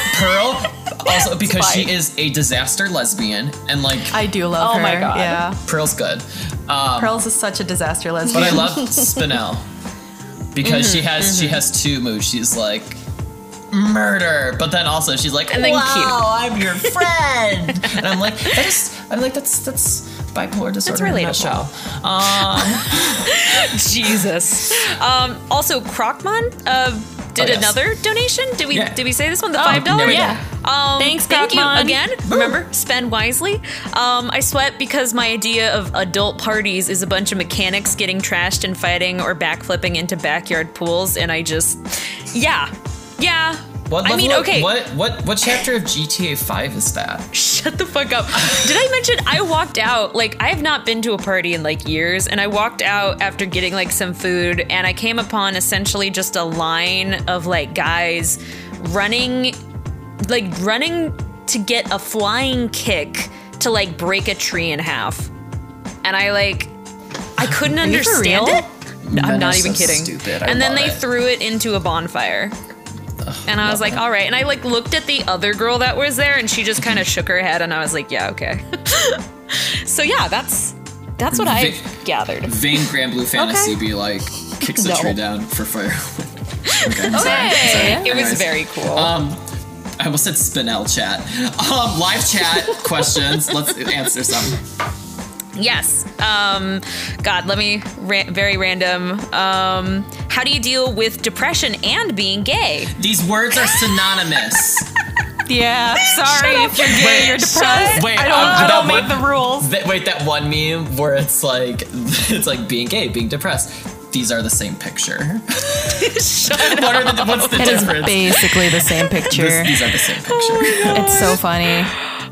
Pearl also because she
fine.
is a disaster lesbian and like
I do love
Oh
her.
my God.
Yeah.
Pearl's good. Um,
Pearls is such a disaster lesbian.
but I love Spinel because
Mm-hmm,
she has she has two moves. She's like murder, but then also she's like
And then
wow,
cute.
I'm your friend, and I'm like that is I'm like that's that's bipolar disorder. in a
relatable.
nutshell. Um,
Jesus. Um, also, Crocmon uh, did
Oh, yes.
another donation. Did we
Yeah.
did we say this one? The
Oh,
five dollar.
there we go.
yeah. Um,
Thanks,
thank
Crocmon.
you again. Remember, spend wisely. Um, I sweat because my idea of adult parties is a bunch of mechanics getting trashed and fighting or backflipping into backyard pools, and I just, yeah, yeah.
what
I mean,
level-
okay.
What what what chapter of GTA Five is that?
Shut the fuck up. Did I mention I walked out? Like, I have not been to a party in like years, and I walked out after getting like some food, and I came upon essentially just a line of like guys running, like running to get a flying kick to like break a tree in half. And I like, I couldn't
you for
understand
real?
it. No, I'm
Men
not
are
even
so
kidding.
stupid. I
and then
love
they
it.
threw it into a bonfire. And I was like,
it.
all right. And I like looked at the other girl that was there and she just kind of shook her head and I was like, yeah, okay. so yeah, that's that's what I
Vic-
gathered.
Vain Grand Blue Fantasy be like kicks the
No.
tree down for fire. okay, I'm sorry.
Hey, it was
Anyways.
very cool.
Um, I almost said Spinel chat. Um, live chat questions. Let's answer some.
yes. Um god, let me ra- very random. Um how do you deal with depression and being gay?
These words are synonymous.
yeah. Sorry if you're gay,
Wait,
you're depressed.
Wait,
I don't,
um,
I
that
don't make
one-
the rules.
That, wait, that one meme where it's like it's like being gay, being depressed. These are the same picture. what are the, what's the
It is
difference?
basically the same picture. Oh
This- these are the same picture.
It's so funny.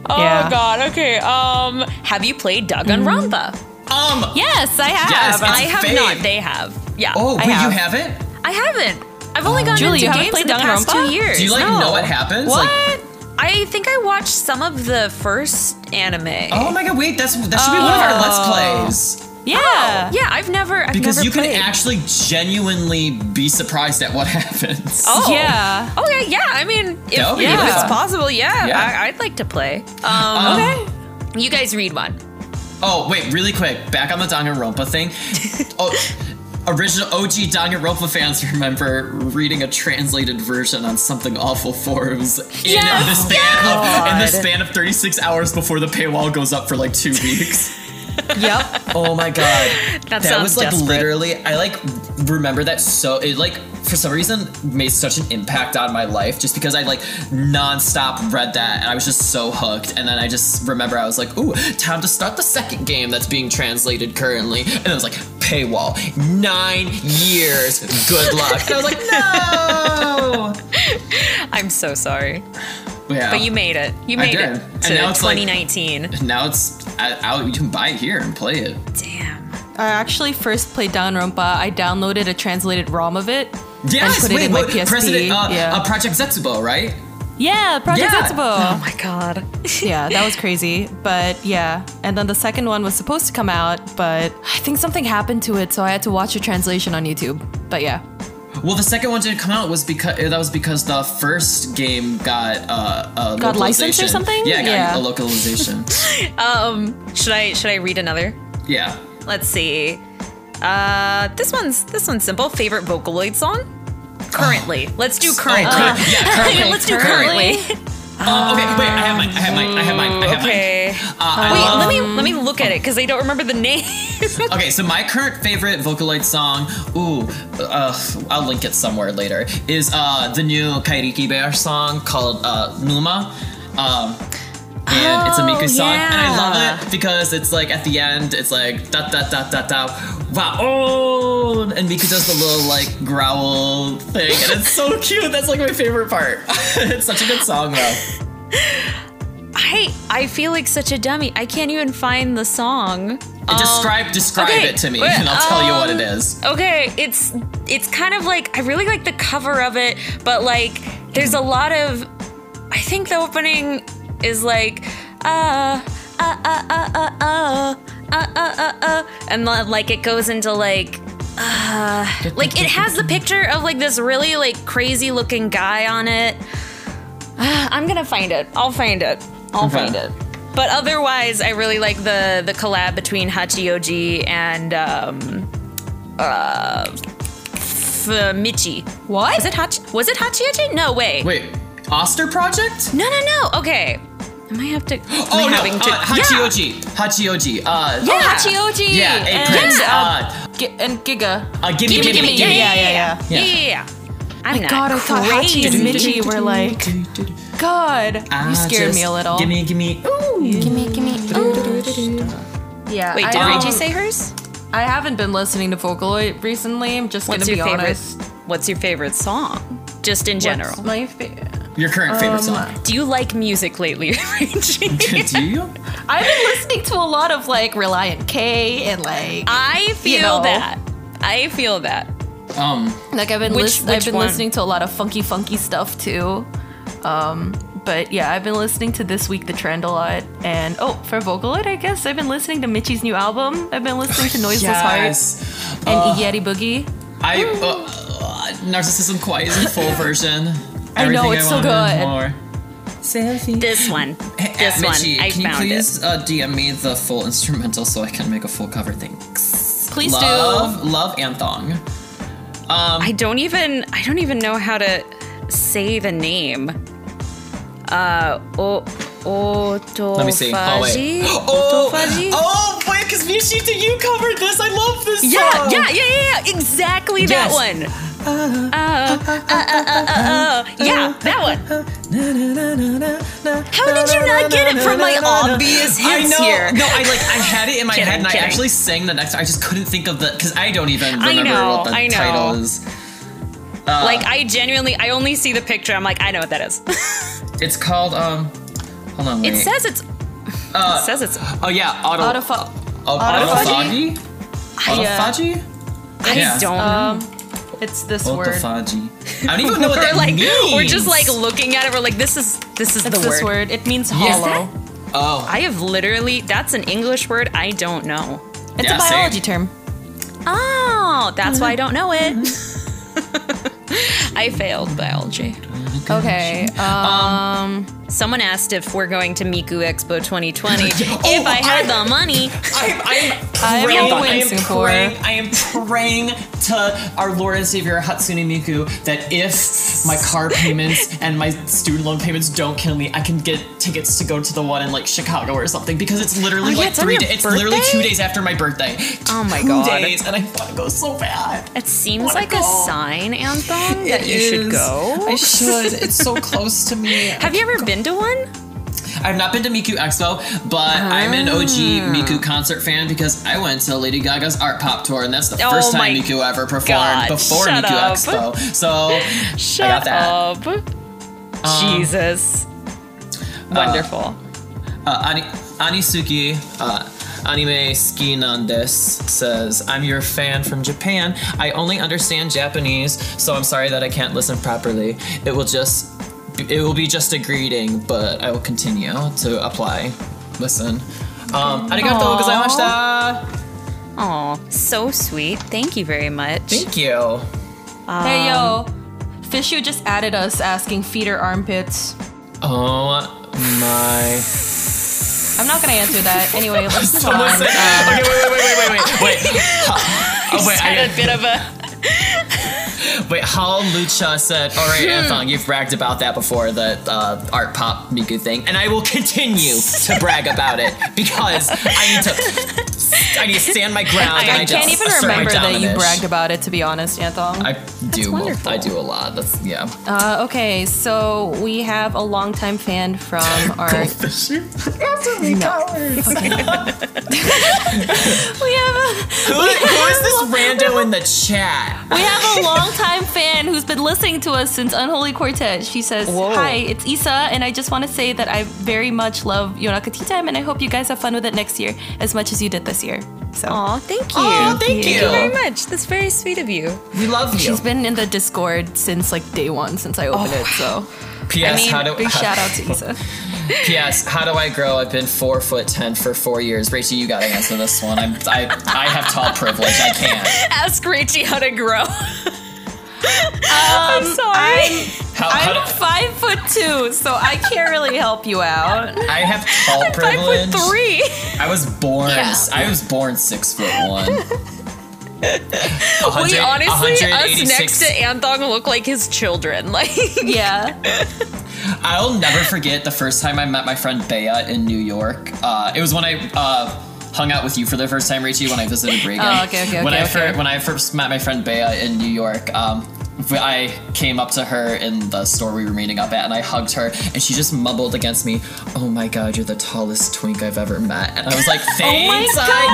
Oh
Yeah.
god, okay. Um have you played Danganronpa?
um.
Yes, I have.
Yes, it's
I have
vague.
not. They have. Yeah.
Oh, wait, Oh,
have.
you haven't?
I haven't. I've only gone
Julie, you
into
haven't
games
played
in the past
Danganronpa?
two years.
Do you like
no.
know what happens?
What?
Like,
I think I watched some of the first anime.
oh my god, wait, that's that should be one of our
Oh.
let's plays.
yeah.
yeah, I've never. I've
Because
never
you can
played.
actually genuinely be surprised at what happens.
Oh
Yeah.
Okay. Yeah. I mean, if,
That would be
if
really
it's
fun.
possible, yeah,
Yeah.
I, I'd like to play. Um,
Um,
Okay.
you guys read one.
Oh, wait, really quick, back on the Danganronpa thing. oh, original OG Danganronpa fans remember reading a translated version on something awful forums in
Yes,
the span
yes!
of in the
God.
span of 36 hours before the paywall goes up for like 2 weeks.
Yep.
oh my god.
That
that
sounds
was like
desperate.
literally I like remember that so it like for some reason made such an impact on my life just because I like nonstop read that and I was just so hooked and then I just remember I was like, ooh, time to start the second game that's being translated currently. And I was like, paywall, nine years, good luck. And I was like, no
I'm so sorry,
yeah.
but you made it. You
I
made
did.
it
And
to
now it's like-
2019.
now it's uh, out you can buy it here and play it.
Damn.
I actually first played Danganronpa. I downloaded a translated ROM of it.
Yes,
put it
wait,
in my
what-
PSP,
President uh,
yeah.
uh, Project Zetsubo, right?
Yeah, Project
Yeah.
Setsubo.
Oh my god.
yeah, that was crazy. But yeah, and then the second one was supposed to come out, but I think something happened to it, so I had to watch a translation on YouTube. But yeah,
Well, the second one didn't come out was because that was because the first game got uh, uh
Got licensed or
localization.
something?
Yeah, it got
Yeah.
a localization.
Um, should I should I read another?
yeah.
Let's see. Uh, this one's this one's simple. Favorite Vocaloid song? Currently. Let's do Oh. currently.
current- Oh, yeah, currently,
Let's do
currently.
currently.
Oh, okay. Wait, I have mine. I have mine. I have mine. I have
Okay. Um,
mine. Uh, I
Wait,
love-
let me let me look at it because I don't remember the name.
Okay, so my current favorite Vocaloid song, ooh, uh, I'll link it somewhere later, is uh, the new Kairiki Bear song called uh, Numa. Um, and it's a
Oh,
Miku song, and I
yeah.
love it because it's like at the end, it's like da da da da da, wow, oh, and Miku does the little like growl thing, and it's so cute. That's like my favorite part. it's such a good song though.
I I feel like such a dummy. I can't even find the song.
And describe describe
Um, okay,
it to me,
wait,
and I'll tell you what
um,
it is.
Okay, it's it's kind of like I really like the cover of it, but like there's a lot of I think the opening is like uh uh uh uh uh uh uh uh uh, uh and then, like it goes into like uh like it has the picture of like this really like crazy looking guy on it. Ah, I'm gonna find it. I'll find it. I'll
Okay.
find it. But otherwise, I really like the the collab between Hachioji and um, uh, f- Michi.
what?
Was it Hachi? Was it Hachioji? No way.
Wait, Oster Project?
No, no, no. Okay. I might have to. Oh,
Oh, no,
having to.
uh, Hachioji. Hachioji. Uh,
Yeah.
Hachioji!
yeah,
and,
Apex.
uh,
Uh,
Gi- and Giga.
uh, gimme,
Gimme, gimme,
gimme,
Yeah,
gimme.
yeah, yeah, yeah.
Yeah.
Yeah, yeah, yeah. I'm not
God, I thought Hachi and Michi
crazy.
were like, God,
Ah,
you scared
just
me a little.
Gimme, gimme.
gimme, gimme. Yeah.
Wait,
I
did
don't-
Reggie say hers?
I haven't been listening to Vocaloid recently. I'm just
What's
gonna
your
be
favorite?
honest.
What's your favorite song? Just in general.
What's my fa-
Your current
Um,
favorite song.
Do you like music lately, Reggie?
Do you?
I've been listening to a lot of like Reliant K and like
I feel
know.
that. I feel that.
Um,
like I've been
Which-
lis- I've
which
been
one?
listening to a lot of funky funky stuff too. Um, but yeah, I've been listening to this week the trend a lot, and oh, for Vocaloid, I guess I've been listening to Mitchie's new album. I've been listening to Noiseless
yes.
Heart and Iggy Iggy Boogie.
I, uh, uh, Narcissism Quiet is the full version.
I know,
Everything
it's so
want and
good.
More. Selfie.
This one.
Hey,
This
uh,
one.
Mitchie,
I
can you
found it.
please uh, DM me the full instrumental so I can make a full cover? Thanks.
Please do.
love, love and thong.
I
um,
don't even I don't even know how to say the name. Uh o otophagy.
Let me see. Oh, wait. Oh,
Otophagy?
oh, wait, because Mishi, did you cover this? I love this
Yeah,
song.
yeah, yeah, yeah, yeah, exactly that
Oh! Yes.
one. Uh, uh, uh, uh, uh, uh, yeah, that one. How did you not get it from my obvious
I
hints
know.
here?
No, I like I had it in my
Kidding,
head, and
kidding.
I actually sang the next. I just couldn't think of the because I don't even remember
know,
what the
I know.
title is. Uh,
Like I genuinely, I only see the picture. I'm like, I know what that is.
it's called um. Hold on, wait.
it says it's.
Uh,
it says it's.
Oh yeah, auto.
Autofa-
oh,
autophagy?
autophagy. Autophagy.
I
yeah.
don't.
um, it's this word.
Autophagy. I don't even know what that
we're like,
means.
we're just like looking at it. We're like, this is this is
It's
the
this
word.
word. It means
Yeah.
hollow.
Oh.
I have literally. That's an English word. I don't know.
It's
Yeah,
a
same.
biology term.
Oh, that's why I don't know it. I failed biology.
Okay. Um,
Someone asked if we're going to Miku Expo 2020.
Oh,
if I had
I-
the money,
I'm, I'm
I'm
praying,
going
I am
Singapore.
praying, I am praying to our Lord and Savior Hatsune Miku that if my car payments and my student loan payments don't kill me, I can get tickets to go to the one in like Chicago or something because it's literally
Oh, yeah,
like
it's on
three.
your
days. it's literally
birthday?
two days after my birthday.
Oh my
Two
God.
days, and I want to go so bad.
it seems
Wanna
like
go.
a sign, Anthem, that
It
you should
is.
go.
I should. It's so close to me.
Have you ever been to one?
I've not been to Miku Expo, but I'm an OG
Ah.
Miku concert fan because I went to Lady Gaga's Art Pop tour, and that's the
Oh
first
my
time Miku ever performed
God,
before
shut
Miku
up.
Expo. So
Shut
got that.
up. Jesus. Wonderful.
uh, Ani- Anisuki uh, Anime Ski Nandes says, I'm your fan from Japan. I only understand Japanese, so I'm sorry that I can't listen properly. It will just it will be just a greeting, but I will continue to apply. Listen. Um, arigato
Aw.
gozaimashita!
Oh, so sweet. Thank you very much.
Thank you.
hey yo,
Um,
Fishu just added us asking feeder armpits.
Oh my.
I'm not gonna answer that anyway. Let's move
Someone
on. Uh,
said- okay, wait, wait, wait, wait, wait, wait, wait. Ha- Oh, wait,
Had a
I,
bit of a
wait, Hal Lucha said, all right,
Hmm.
Anthong, you've bragged about that before, the uh, art pop Miku thing, and I will continue to brag about it because I need to I need to stand my ground and I,
I
just
can't even
assert my
remember that you
dominance.
bragged about it, to be honest, Anthong.
I do. well,
wonderful.
I do a lot. That's yeah.
Uh, okay, so we have a longtime fan from our we have
Who, who is this rando in the chat?
a we have a longtime fan who's been listening to us since Unholy Quartet. She says,
Whoa.
"Hi, it's Isa, and I just want to say that I very much love Yonaka Tea Time, and I hope you guys have fun with it next year as much as you did this year." So
Aw, thank you.
Aw, thank you.
Thank you very much. That's very sweet of you.
We love you.
she's been in the Discord since like day one since I opened it. So
P.S.
I mean,
how do
big
how,
shout out to Isa.
P.S. How do I grow? I've been four foot ten for four years. Rachel, you gotta answer this one. I'm, I I have tall privilege. I can't.
Ask Richie how to grow.
I'm
sorry.
How, how
I'm
do,
five foot two, so I can't really help you out.
I have tall
Five
privilege.
foot three.
I was born.
Yeah.
I was born six foot one.
We
100
honestly, us
186
next to Anthong look like his children. Like,
Yeah.
I'll never forget the first time I met my friend Bea in New York. Uh, it was when I uh, hung out with you for the first time, Richie, when I visited Reagan.
Oh, okay, okay,
when
okay,
I
okay.
Fir- when I first met my friend Bea in New York, um, I came up to her in the store we were meeting up at, and I hugged her, and she just mumbled against me, "Oh my God, you're the tallest twink I've ever met," and I was like, "Thanks, uh, I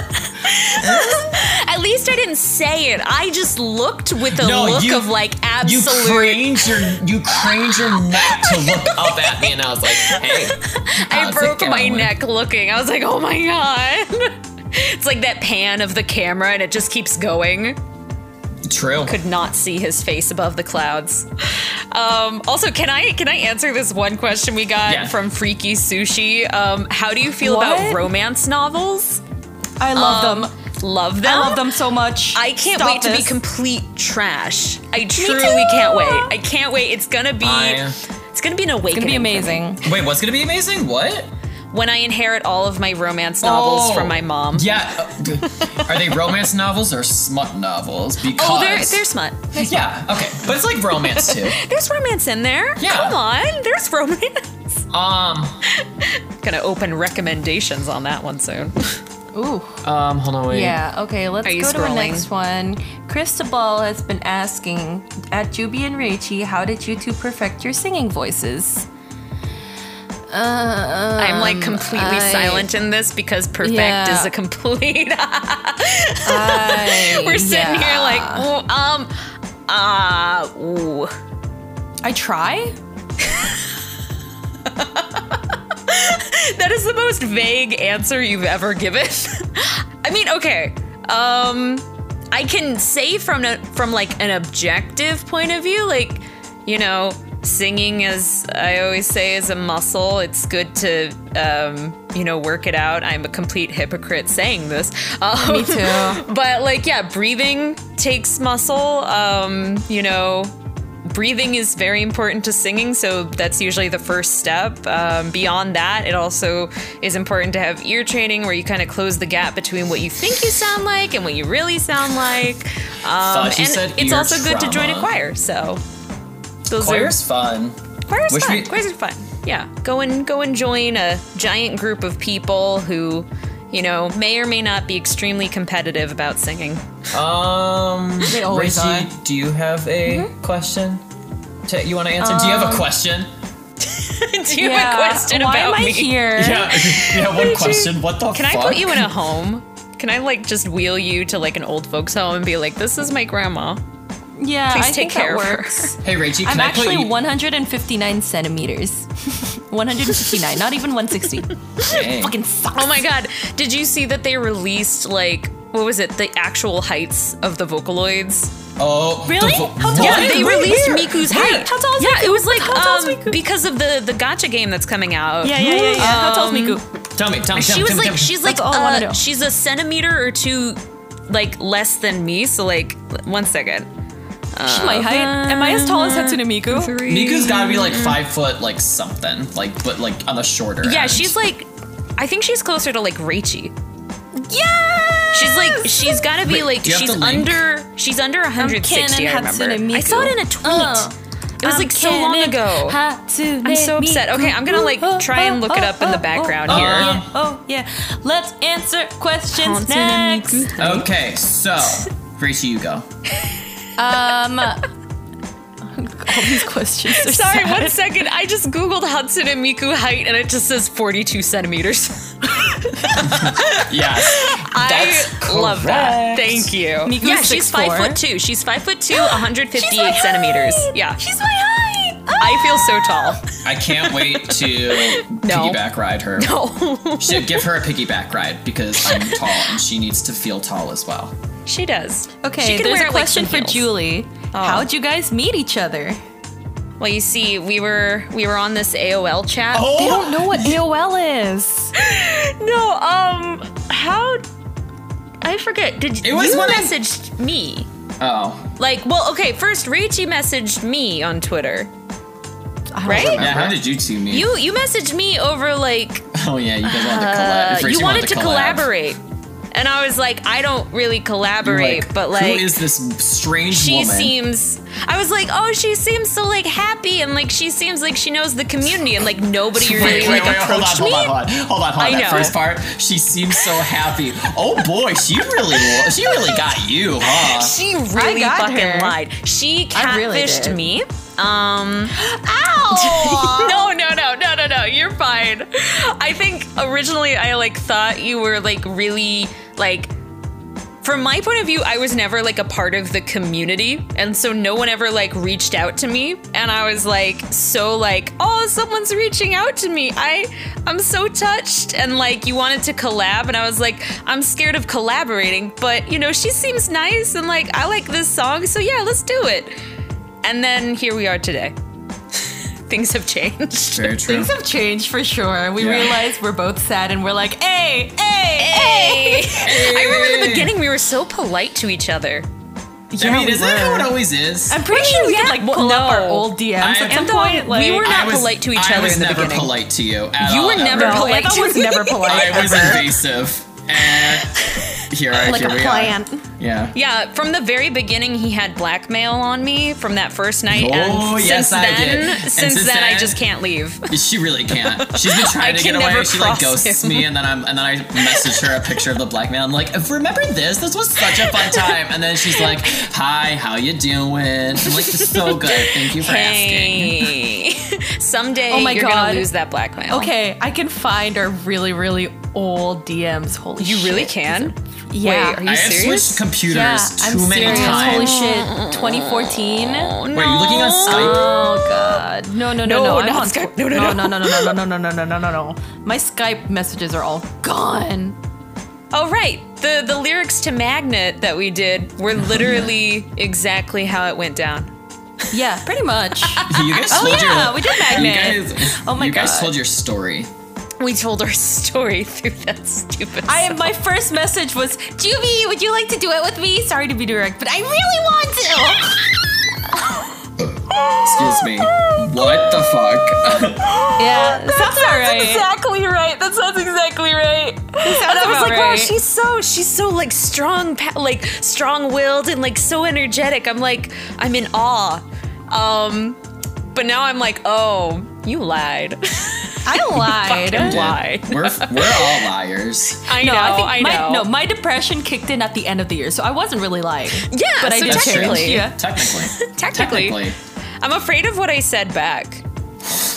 guess."
at least I didn't say it. I just looked with a
No,
look
you-
of like
You
absolute.
craned your you craned your neck to look up at me, and I was like, "Hey."
I
how's it
broke my
going?"
neck looking. I was like, oh my god. It's like that pan of the camera and it just keeps going.
True.
Could not see his face above the clouds. Um, also, can I can I answer this one question we got
Yeah.
from Freaky Sushi? Um, how do you feel
What?
about romance novels?
I love them.
Love them.
I love them so much.
I can't
Stop
wait to be
this.
complete trash. I truly can't wait. I can't wait. It's gonna be
I- uh,
it's gonna be an awakening.
It's gonna be
for me.
amazing.
Wait, what's gonna be amazing? What?
When I inherit all of my romance novels
Oh.
from my mom.
Yeah. uh, Are they romance novels or smut novels? Because
Oh, they're, they're smut.
yeah, okay, but it's like romance too.
There's romance in there.
Yeah.
Come on, there's romance.
Um,
Gonna open recommendations on that one soon.
Ooh.
um, hold on, wait.
Yeah. Okay. Let's
Are you
go to our
scrolling?
next one. Cristobal has been asking at Juby and Raichi, how did you two perfect your singing voices? Uh,
I'm like completely
I-
silent in this because perfect
Yeah.
is a complete.
I-
We're sitting
yeah.
here like, oh, um, ah, ooh.
I try.
That is the most vague answer you've ever given. I mean, okay. Um I can say from a, from like an objective point of view, like, you know, singing as I always say is a muscle. It's good to um, you know, work it out. I'm a complete hypocrite saying this. Um,
Me too.
But like, yeah, breathing takes muscle. Um, you know, breathing is very important to singing, so that's usually the first step. Um, beyond that, it also is important to have ear training where you kind of close the gap between what you think you sound like and what you really sound like. Um,
Thought you
and
said
it's
ear
also good to join a
trauma.
choir, so those
Choir's fun.
are choirs
Wish
fun.
we-
choirs are fun. Yeah, go and go and join a giant group of people who, you know, may or may not be extremely competitive about singing.
Um,
They always
Richie,
are.
do you have a
Mm-hmm.
question? Ta- you want to answer? do you
Um,
have a question?
Do you
yeah.
have a question
Why
about
am I
me?
here?
yeah, one question. What the
Can I put you in a home? Can I like just wheel you to like an old folks home and be like, "This is my grandma"?
Yeah,
Please
I
take
think
care of
that
her.
works.
Hey, Richie, can
I'm
I put
actually
you?
159 centimeters. 159, not even 160.
Dang.
Fucking sucks.
Oh my god! Did you see that they released like what was it? The actual heights of the Vocaloids.
Oh,
Really?
the-
How tall
Yeah,
is
they
it? Wait,
released
where?
Miku's
Where?
height.
How tall is
yeah,
Miku?
it was like
How tall is
um,
Miku?
because of the the gotcha game that's coming out.
Yeah, yeah, yeah, yeah. How tall is Miku?
Tell me, tell me. tell
She
me,
was
tell me,
like,
tell me.
she's
That's
like,
all I wanna
uh,
know.
she's a centimeter or two, like less than me. So like, one second.
She's my height. Am I as tall
Uh,
as Hatsune Miku?
Miku's gotta be like five foot, like something, like but like on the shorter.
mm. Yeah,
end.
she's like, I think she's closer to like Reichi.
Yeah.
She's like, she's got to be
Wait,
like,
do you have
she's
the link?
under, she's under 160. I
Canon
remember.
Hatsune
I saw
Miku.
it in a tweet.
Uh,
it was like so long ago.
I'm
I'm so upset. Okay, I'm gonna, like, try and look it up in the background
oh,
here.
Yeah, oh yeah. Let's answer questions
Hatsune
next.
Miku.
Okay, so Reishi, you go.
Um, all these questions. Are
uh, Sorry,
sad.
one second. I just googled Hatsune Miku height and it just says 42 centimeters.
Yes.
I
That's
love that.
correct.
Thank you.
Miku's
yeah, she's five
6'4".
foot two. She's five foot two,
She's my
158 centimeters.
height!
Yeah,
She's my height.
I feel so tall.
I can't wait to
No.
piggyback ride her.
Oh.
She- give her a piggyback ride because I'm tall and she needs to feel tall as well.
she does. she
Okay,
can
there's
wear,
a question
like,
for
some heels.
Julie. How'd you guys meet each other?
Well, you see, we were we were on this AOL chat.
Oh,
I don't know what AOL is.
No, um, how? I forget. Did
It was
you
when I-
messaged me?
Oh.
Like, well, okay. First, Reichi messaged me on Twitter, right?
Yeah, how did you two meet?
You you messaged me over like
oh yeah, you guys wanted to
uh,
collab. Reishi
you wanted to
collab.
collaborate, and I was like, I don't really collaborate, but like
who is this strange
she
woman?
seems. I was like, oh, she seems so like happy, and like she seems like she knows the community, and like nobody
Wait,
really
wait,
like
wait, wait, hold on,
approached
hold on,
me.
hold on, hold on, hold on.
I
that
know.
first part, she seems so happy. Oh boy, she really, she really got you, huh?
She really
got
fucking
her.
lied. She
I really
catfished
did.
me. Um. no, no, no, no, no, no. You're fine. I think originally I like thought you were like really like. From my point of view, I was never like a part of the community, and so no one ever like reached out to me, and I was like so like, oh, someone's reaching out to me. I I'm so touched, and like you wanted to collab, and I was like, I'm scared of collaborating, but you know she seems nice, and like I like this song, so yeah, let's do it. And then here we are today. Things have changed.
Very true.
Things have changed for sure. We
Yeah.
realize we're both sad and we're like, hey, hey, hey.
I remember the beginning we were so polite to each other.
I mean,
we
isn't that
were.
how it always is?
I'm pretty sure we
yeah,
could like um,
well,
pull up our
no.
old DMs
I-
at some
At the-
point. Like,
we were not
I was-
polite to each
I
other
was
in the
never
beginning.
polite to you. At
You
all,
were never
ever.
no,
polite.
Eva was never polite.
I was
ever.
invasive, and here,
Like
here
a
we
plant.
are. Yeah.
Yeah, from the very beginning, he had blackmail on me from that first night,
Oh,
and
yes,
since
I did.
then,
And
since,
since
then, I
then-
just can't leave.
She really can't. She's been
I
trying to
can
get away.
never
She like
cross
ghosts
him.
me, and then I'm and then I message her a picture of the black man. I'm like, remember this? This was such a fun time. And then she's like, Hi, how you doing? I'm like, so good. Thank you for
Hey, someday
Oh my
you're
God.
gonna lose that blackmail.
Okay, I can find our really, really old DMs. Holy
you
shit.
really can.
Yeah.
asking.
Wait, are you
I have
serious?
switched computers
yeah,
too
I'm
many
serious.
times.
Holy shit. 2014?
Oh,
Wait, are you looking on Skype?
Oh god. No, no, no, no.
No,
I'm
not
on
Skype.
Twi-
No, no,
no, no, no, no, no, no, no, no, no, no, no. My Skype messages are all gone.
Oh right, the the lyrics to Magnet that we did were literally exactly how it went down.
Yeah, pretty much.
You guys
oh
told
yeah,
your
we did
you
magnet.
guys,
Oh my
you guys
God.
told your story.
We told our story through that stupid.
I my first message was, Juvie, would you like to do it with me? Sorry to be direct, but I really want to.
Excuse me. What the fuck?
yeah, that sounds alright.
exactly right. That sounds exactly right.
sounds
and I was
about
like, wow,
right.
she's so she's so like strong, pa- like strong-willed and like so energetic. I'm like, I'm in awe. Um, but now I'm like, oh, you lied.
I
Fucking
lied.
Dude,
Why?
We're we're all liars.
I know,
No, I think
I,
my,
know.
no, my depression kicked in at the end of the year, so I wasn't really lying.
yeah,
but I
so
did
That's true.
technically,
Yeah.
Technically.
technically,
Technically.
I'm afraid of what I said back.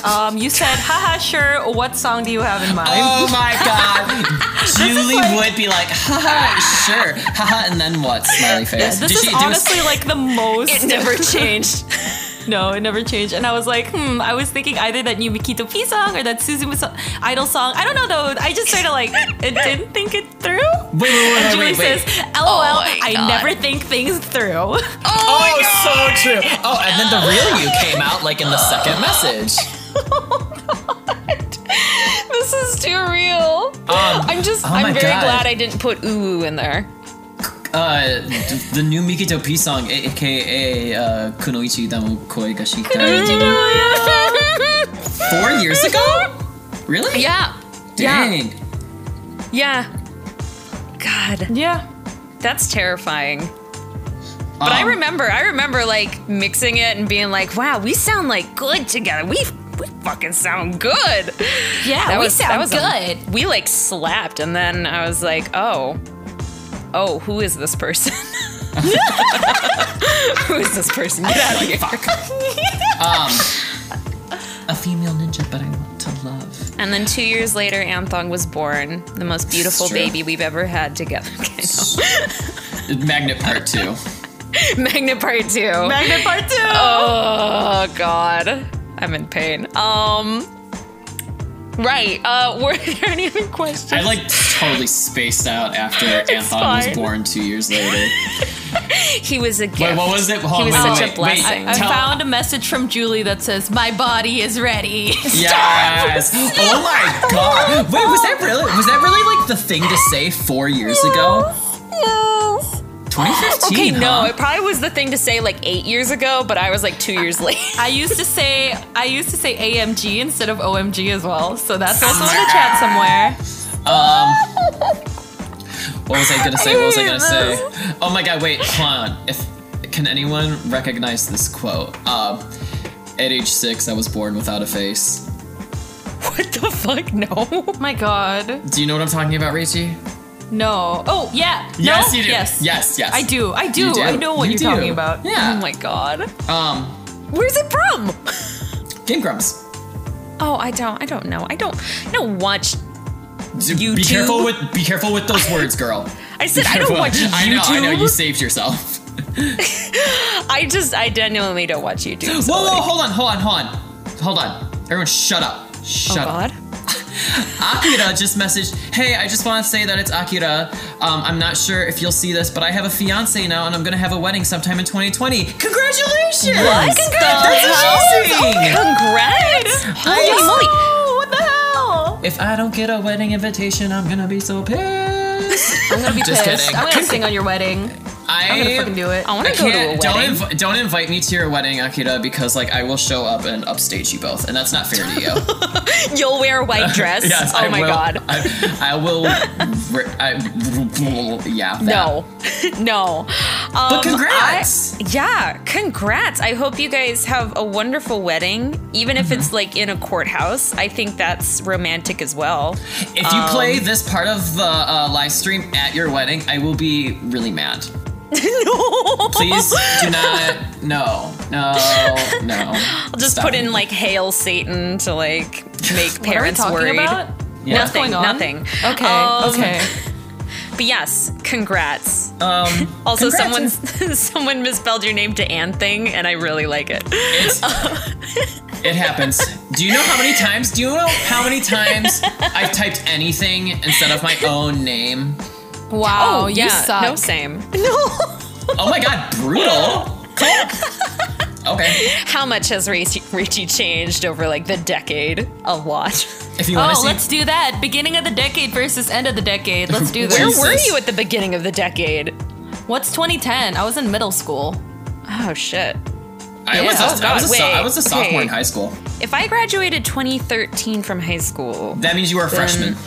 Um, you said, haha, sure, what song do you have in mind?
Oh my god. Julie would be like, haha, sure. Haha, and then what? Smiley
This
face. Did
is
she- did-
honestly like the most.
It never changed.
No, it never changed. And I was like, hmm, I was thinking either that new Mikito P song or that Suzumu so- Idol song. I don't know though. I just sort of like it didn't think it through.
Wait, wait, wait,
and
wait,
Julie
wait, wait.
says, LOL,
my
I
God.
never think things through.
Oh, so true. Oh, and then the real you came out like in the second message.
This is too real.
Um,
I'm just.
oh my
I'm very
God.
glad I didn't put ooh in there.
Uh, d- the new Mikito P song, a- aka uh, Kunoichi Damo Koi ga Shikai,
Mm.
four years ago. Really?
yeah. Yeah.
Dang.
Yeah. God,
yeah.
that's terrifying. But I
Oh.
Um,
remember, I remember like mixing it and being like, "Wow, we sound like good together. We we fucking sound good."
Yeah,
That
we
was
sound
that was a-
good.
we like slapped, and then I was like, "Oh, oh, who is this person? who is this person? Get out of here!"
Um, a female ninja, but I want to love.
And then two years later, Anthong was born, the most beautiful
It's true.
baby we've ever had together. Okay,
Magnet Part Two.
no. Magnet Part Two.
Magnet part two.
Oh God, I'm in pain. Um, right. Uh, were there any other questions?
I like totally spaced out after Anthon
fine.
was born two years later.
he was a gift.
Wait, what was it? Hold
he
on,
was
wait, wait,
such a
wait.
blessing.
I
Tell-
found a message from Julie that says, My body is ready.
Yes. Oh my god. Wait, was that really? Was that really like the thing to say four years ago?
Yes.
2015.
okay, no,
huh?
it probably was the thing to say like eight years ago, but I was like two years late.
I used to say I used to say AMG instead of OMG as well, so that's also in the chat somewhere.
What was I gonna say? What was I gonna
hate
say? Oh my god, wait, hold on. If can anyone recognize this quote? Um, at age six, I was born without a face.
what the fuck? No.
Oh My God,
Do you know what I'm talking about, Richie?
no! Oh yeah,
Yes,
no?
you do.
Yes,
yes, yes.
I do. I do.
You do.
I know what
You
you are talking
do.
about.
Yeah.
Oh my god.
Um,
Where's it from?
Game Grumps.
Oh, I don't. I don't know. I don't. I don't watch.
D- Be
YouTube?
careful with be careful with those words, girl.
I said
Be
I don't
careful.
watch YouTube.
I know, I know. You saved yourself.
I just. I genuinely don't watch YouTube. so,
Whoa, whoa,
like-
hold on, hold on, hold on, hold on. Everyone, shut up. Shut
Oh
up.
god.
Akira just messaged, "Hey, I just want to say that it's Akira. Um, I'm not sure if you'll see this, but I have a fiance now, and I'm gonna have a wedding sometime in 2020. Congratulations!
What the
That's
hell?
amazing!
Congrats! Holy
Yes.
moly!
Oh, what the hell?
If I don't get a wedding invitation, I'm gonna be so pissed.
I'm gonna be
Just
pissed.
kidding.
I'm gonna sing on your wedding.
I,
I'm gonna fucking do it.
I want to go to a
can't, don't,
wedding.
inv- don't invite me to your wedding, Akira, because like I will show up and upstage you both, and that's not fair to you.
You'll wear a white dress.
Yes,
oh
I
my
will-
god.
I, I will. re- I, yeah. that.
No, no. Um, but
congrats.
yeah, congrats. I hope you guys have a wonderful wedding, even if
Mm-hmm.
it's like in a courthouse. I think that's romantic as well.
If you
um,
play this part of the uh, live stream at your wedding, I will be really mad.
no,
Please do not. No. No. No.
I'll just
Stop.
put in like "Hail Satan" to like make
What are we
parents
talking
worried.
about?
Yeah.
What's
Nothing,
going on?
nothing.
Okay.
Um,
okay.
But yes, congrats.
Um,
Also,
congrats.
someone someone misspelled your name to Ann thing, and I really like it.
It's, it happens. Do you know how many times? Do you know how many times I've typed anything instead of my own name?
Wow.
Oh, yeah,
Oh, You suck.
no same. No.
Oh my god, brutal. Okay.
How much has Richie, Richie changed over like the decade? A lot.
If you want to
Oh,
see
let's do that. Beginning of the decade versus end of the decade. Let's do
Where
this.
Where were
Jesus.
you at the beginning of the decade?
What's 2010? I was in middle school.
Oh shit.
I was, a,
Yeah.
I was a
Oh,
so-
wait,
I was a sophomore
okay.
in high school.
If I graduated 2013 from high school,
That means you were a freshman.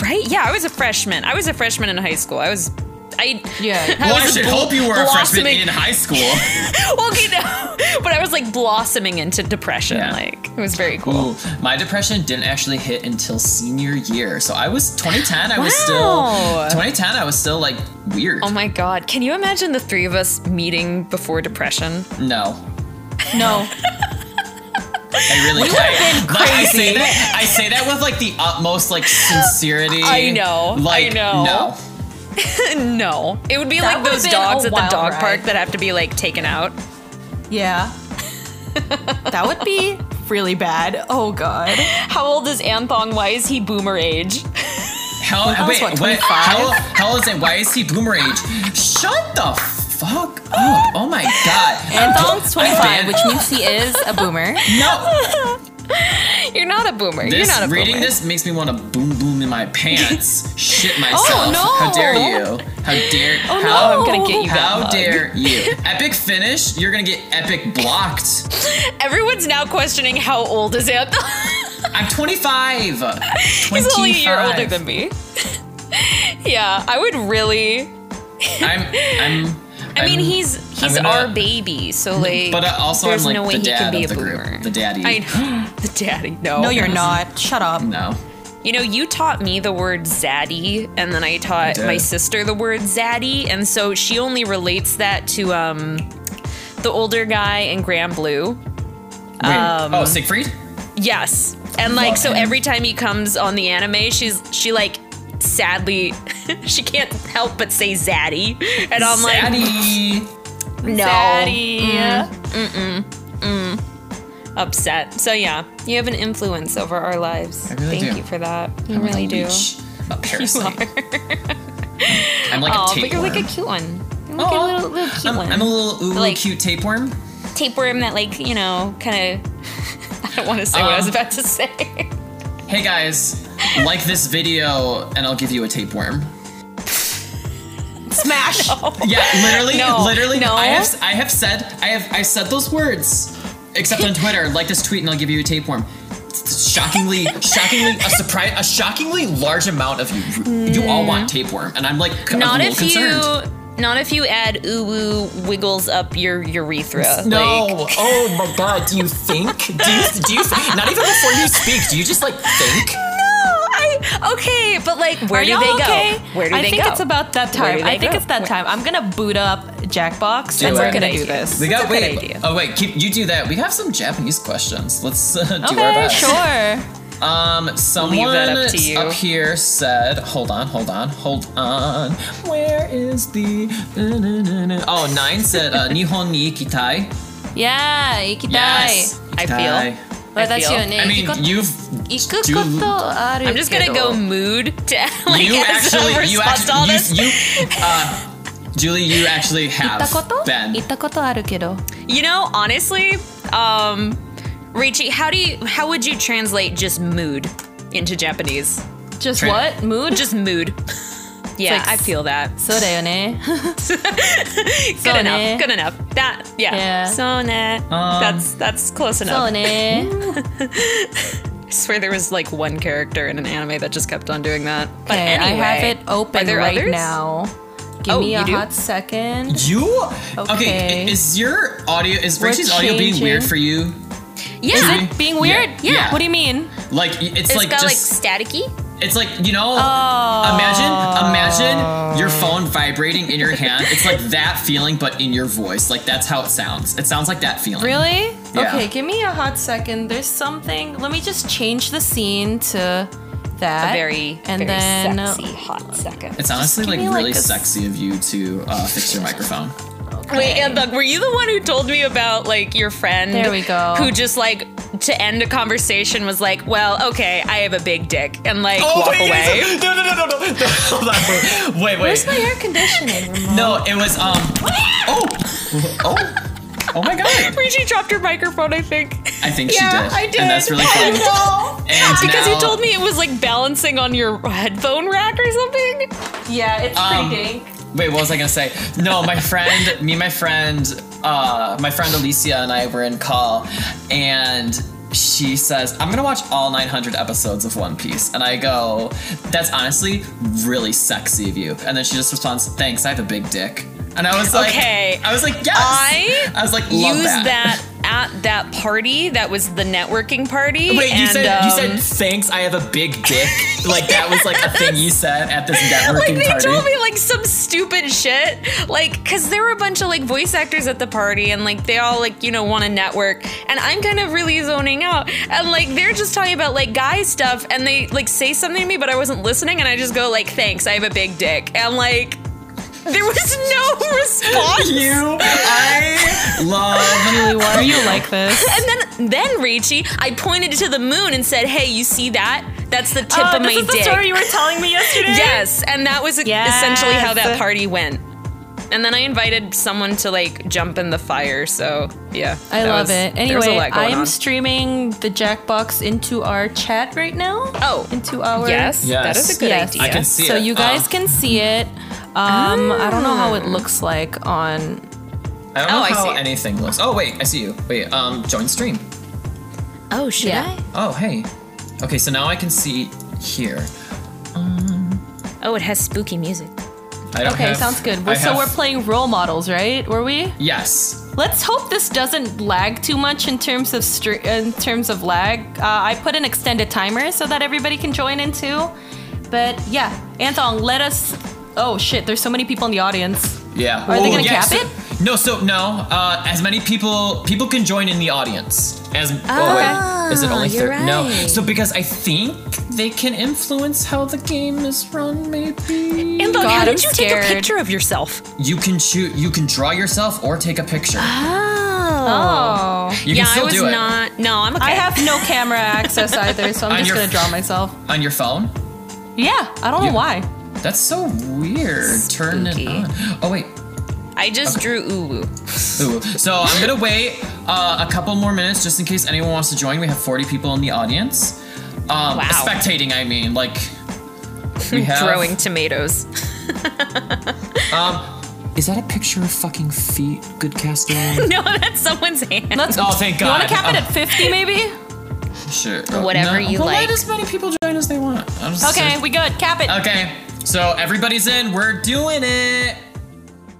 right? Yeah, I was a freshman. I was a freshman in high school. I was I
Yeah.
I
Well, I
was
should
bl-
hope you were a freshman
blossoming-
in high school.
Well, okay, no. But I was like blossoming into depression.
Yeah.
Like it was very cool.
Ooh, my depression didn't actually hit until senior year. So I was 2010. I was
Wow.
still 2010. I was still like weird.
Oh my god, can you imagine the three of us meeting before depression?
no,
No.
I really. would have been I say, that, I say that with like the utmost like sincerity.
I know, I
Like,
know.
No.
No. It would be
That
like
would've
those
been
dogs
a
at the
wild
dog
ride.
park that have to be like taken out.
Yeah. That would be really bad. Oh god.
How old is Anthong? Why is he boomer age?
How,
I was,
wait,
what,
wait,
25?
how, how is it? Why is he boomer age? Shut the fuck up. Oh my god.
Anthong's
I ban-
25, which means he is a boomer.
No.
You're not a boomer. You're
This,
not a boomer.
reading this makes me want to boom boom in my pants.
Oh,
Shit myself. How
no.
dare you? How dare
Oh,
how,
no.
I'm gonna get you that
How
mug.
dare you? Epic finish, you're gonna get epic blocked.
Everyone's now questioning how old is Anthong.
I'm 25. 25.
He's only a year older than me. yeah, I would really.
I'm I'm
I mean,
I'm-
he's he's
gonna-
our baby, so like.
But uh, also I'm
there's
like
no way
the
he can
dad
be
of
a
the group.
boomer.
The daddy.
I know. the daddy. No.
No, you're not. Shut up.
No.
You know, you taught me the word zaddy, and then I taught
did.
my sister the word zaddy, and so she only relates that to um, the older guy in Grand Blue.
Wait,
Um,
oh, Siegfried?
Yes, and like
Love
so,
him.
every time he comes on the anime, she's she like sadly she can't help but say zaddy, and I'm
Daddy.
like no
Daddy.
Mm. upset. So yeah, you have an influence over our lives.
I really
Thank
do.
you for that. You
I'm on a
really do.
leash. I'm a Oh, parasite. I'm like
Oh,
a
but you're
tapeworm.
like a cute one. You're like
Aw.
a little, little cute
I'm,
one.
I'm a little ooh,
Like-
cute tapeworm.
tapeworm that like you know kind of i don't want to say what i was
Um,
about to say
Hey guys, like this video and I'll give you a tapeworm.
Smash.
Yeah, literally,
No,
literally.
no.
I have, I have said, I have, I said those words, except on Twitter. Like this tweet and I'll give you a tapeworm. Shockingly, shockingly, a surprise, a shockingly large amount of you, you all want tapeworm, and I'm like, c-
Mm. not
a little
if
concerned.
you not if you add uwu wiggles up your urethra
No.
like,
oh my god. Do you think? Do you, do you think? Not even before you speak. Do you just like think?
no i okay but like where
Are
do
y'all
they
okay?
go where do
I
they
think
go
it's about that
Where
time.
do they
I think
go?
it's that time. I'm gonna boot up Jackbox
Do
and we're
it.
gonna
Good
do
idea.
this.
We got
a good
wait.
idea.
Oh wait, keep you do that. We have some Japanese questions. Let's uh, do our
okay,
best.
sure.
Um, someone
that up to you.
up here said, "Hold on, hold on, hold on. Where is the?" Oh, nine said, uh, "Nihon ni ikitai."
Yeah, ikitai.
Yes,
I feel.
ikitai. I mean, you've
I'm
do-
i'm just gonna go mood to like
you
as a
actually you
response to all this
actually you, you uh, Julie, you actually have been.
You know, honestly, um, Richie, how do you how would you translate just mood into Japanese?
Just
Tran-
what? Mood?
Just mood. Yeah,
like-
I feel that.
so da
Good
so
enough.
ne.
Good enough. That yeah.
Yeah.
So ne.
Um,
that's that's close
Oh,
enough. I swear there was like one character in an anime that just kept on doing that. But
Okay, I
anyway,
have it Oh,
Are
open
there
right
others?
now. Give
Oh,
me
you
a
do?
hot second.
You okay?
Okay.
Is your audio is
We're
Richie's audio being
changing.
weird for you?
Yeah.
Is
It being weird?
Yeah. Yeah.
What do you mean?
Like it's
it's
like
got
just
like staticky.
It's like you know.
Oh.
Imagine, imagine your phone vibrating in your hand. It's like that feeling, but in your voice. Like that's how it sounds. It sounds like that feeling.
Really?
Yeah.
Okay, give me a hot second. There's something. Let me just change the scene to that.
Very
and
very
then
sexy hot second.
It's honestly
give
like
me, like,
really
a s-
sexy of you to uh, fix your microphone.
Wait, and Doug, were you the one who told me about like your friend?
There we go.
Who just like to end a conversation was like, "Well, okay, I have a big dick," and like
Oh,
walk away.
No, no, no, no, no. Hold on. Wait,
Where's my air conditioning? remote?
No, it was um. Oh, oh, oh my god!
Reggie dropped her microphone, I think.
I think she
yeah,
did,
I did.
and that's really funny. And
Because
now,
you told me it was like balancing on your headphone rack or something.
Yeah, it's
Um,
pretty dank.
Wait, what was I gonna say? No, my friend, me and my friend, uh, my friend Alicia and I were in call, and she says, I'm gonna watch all 900 episodes of One Piece. And I go, That's honestly really sexy of you. And then she just responds, Thanks, I have a big dick. And I was like,
Okay.
I was like, Yes!
I
was like, Love
Use
that.
that. at that party that was the networking party.
Wait, you
and,
said you
um,
said thanks. I have a big dick. Like that was like a thing you said at this networking
like they
party.
told me like some stupid shit like because there were a bunch of like voice actors at the party and like they all like you know want to network and i'm kind of really zoning out and like they're just talking about like guy stuff and they like say something to me but i wasn't listening and i just go like thanks i have a big dick and like There was no response.
You, I love.
Really, why are you like this?
And then, then Ricci, I pointed to the moon and said, "Hey, you see that? That's the tip
Oh,
of my
this is
dick."
the story you were telling me yesterday.
yes, and that was
Yes.
essentially how that party went. And then I invited someone to like jump in the fire. So yeah,
I
that
love
was-
it.
there was a
Anyway,
lot going
I'm
on.
streaming the Jackbox into our chat right now.
Oh.
into our
yes, that
Yes.
is a good
Yes.
idea.
I can see
so
it.
you guys
Oh.
can see it.
Oh.
Um, I don't know how it looks like on.
I don't know
Oh, I
how
see.
anything looks. Oh wait, I see you. Wait, um, join stream.
oh, should
Yeah.
Oh hey. Okay, so now I can see here.
I? Oh, it has spooky music.
I don't
Okay,
have-
sounds good. We're,
I
so
have-
we're playing role models, right? Were we?
Yes.
Let's hope this doesn't lag too much in terms of str- in terms of lag. Uh, I put an extended timer so that everybody can join in too. But yeah, Anthong, let us. Oh shit! There's so many people in the audience.
Yeah.
Are they gonna
yeah,
cap
so-
it?
No. So no. Uh, as many people people can join in the audience. As oh,
Ah,
wait, is it only
you're
thir- No.
right.
So because I think they can influence how the game is run. Maybe
Imbo,
God,
how
I'm
did you
scared.
take a picture of yourself?
you can shoot. You can draw yourself or take a picture.
Oh.
You
yeah,
can still
I was
do it
not. No, I'm okay.
I have no camera access either, so I'm
On
just
your-
gonna draw myself.
on your phone.
Yeah, I don't
You-
know why.
That's so weird. Turn it
Spooky.
on. Oh wait.
I just drew uwu.
Ooh. So I'm gonna wait uh, a couple more minutes just in case anyone wants to join. We have 40 people in the audience. Um,
Wow.
Spectating, I mean, like we have. um,
Throwing tomatoes.
Is that a picture of fucking feet? Good casting.
no, that's somene's hand.
Let's.
oh, thank
you
God.
wanna cap it
Oh,
at 50 maybe?
sure.
Whatever you
well,
like.
Let as many people join as they want. I'm just-
Okay, we good. Cap it.
Okay. So everybody's in. We're doing it.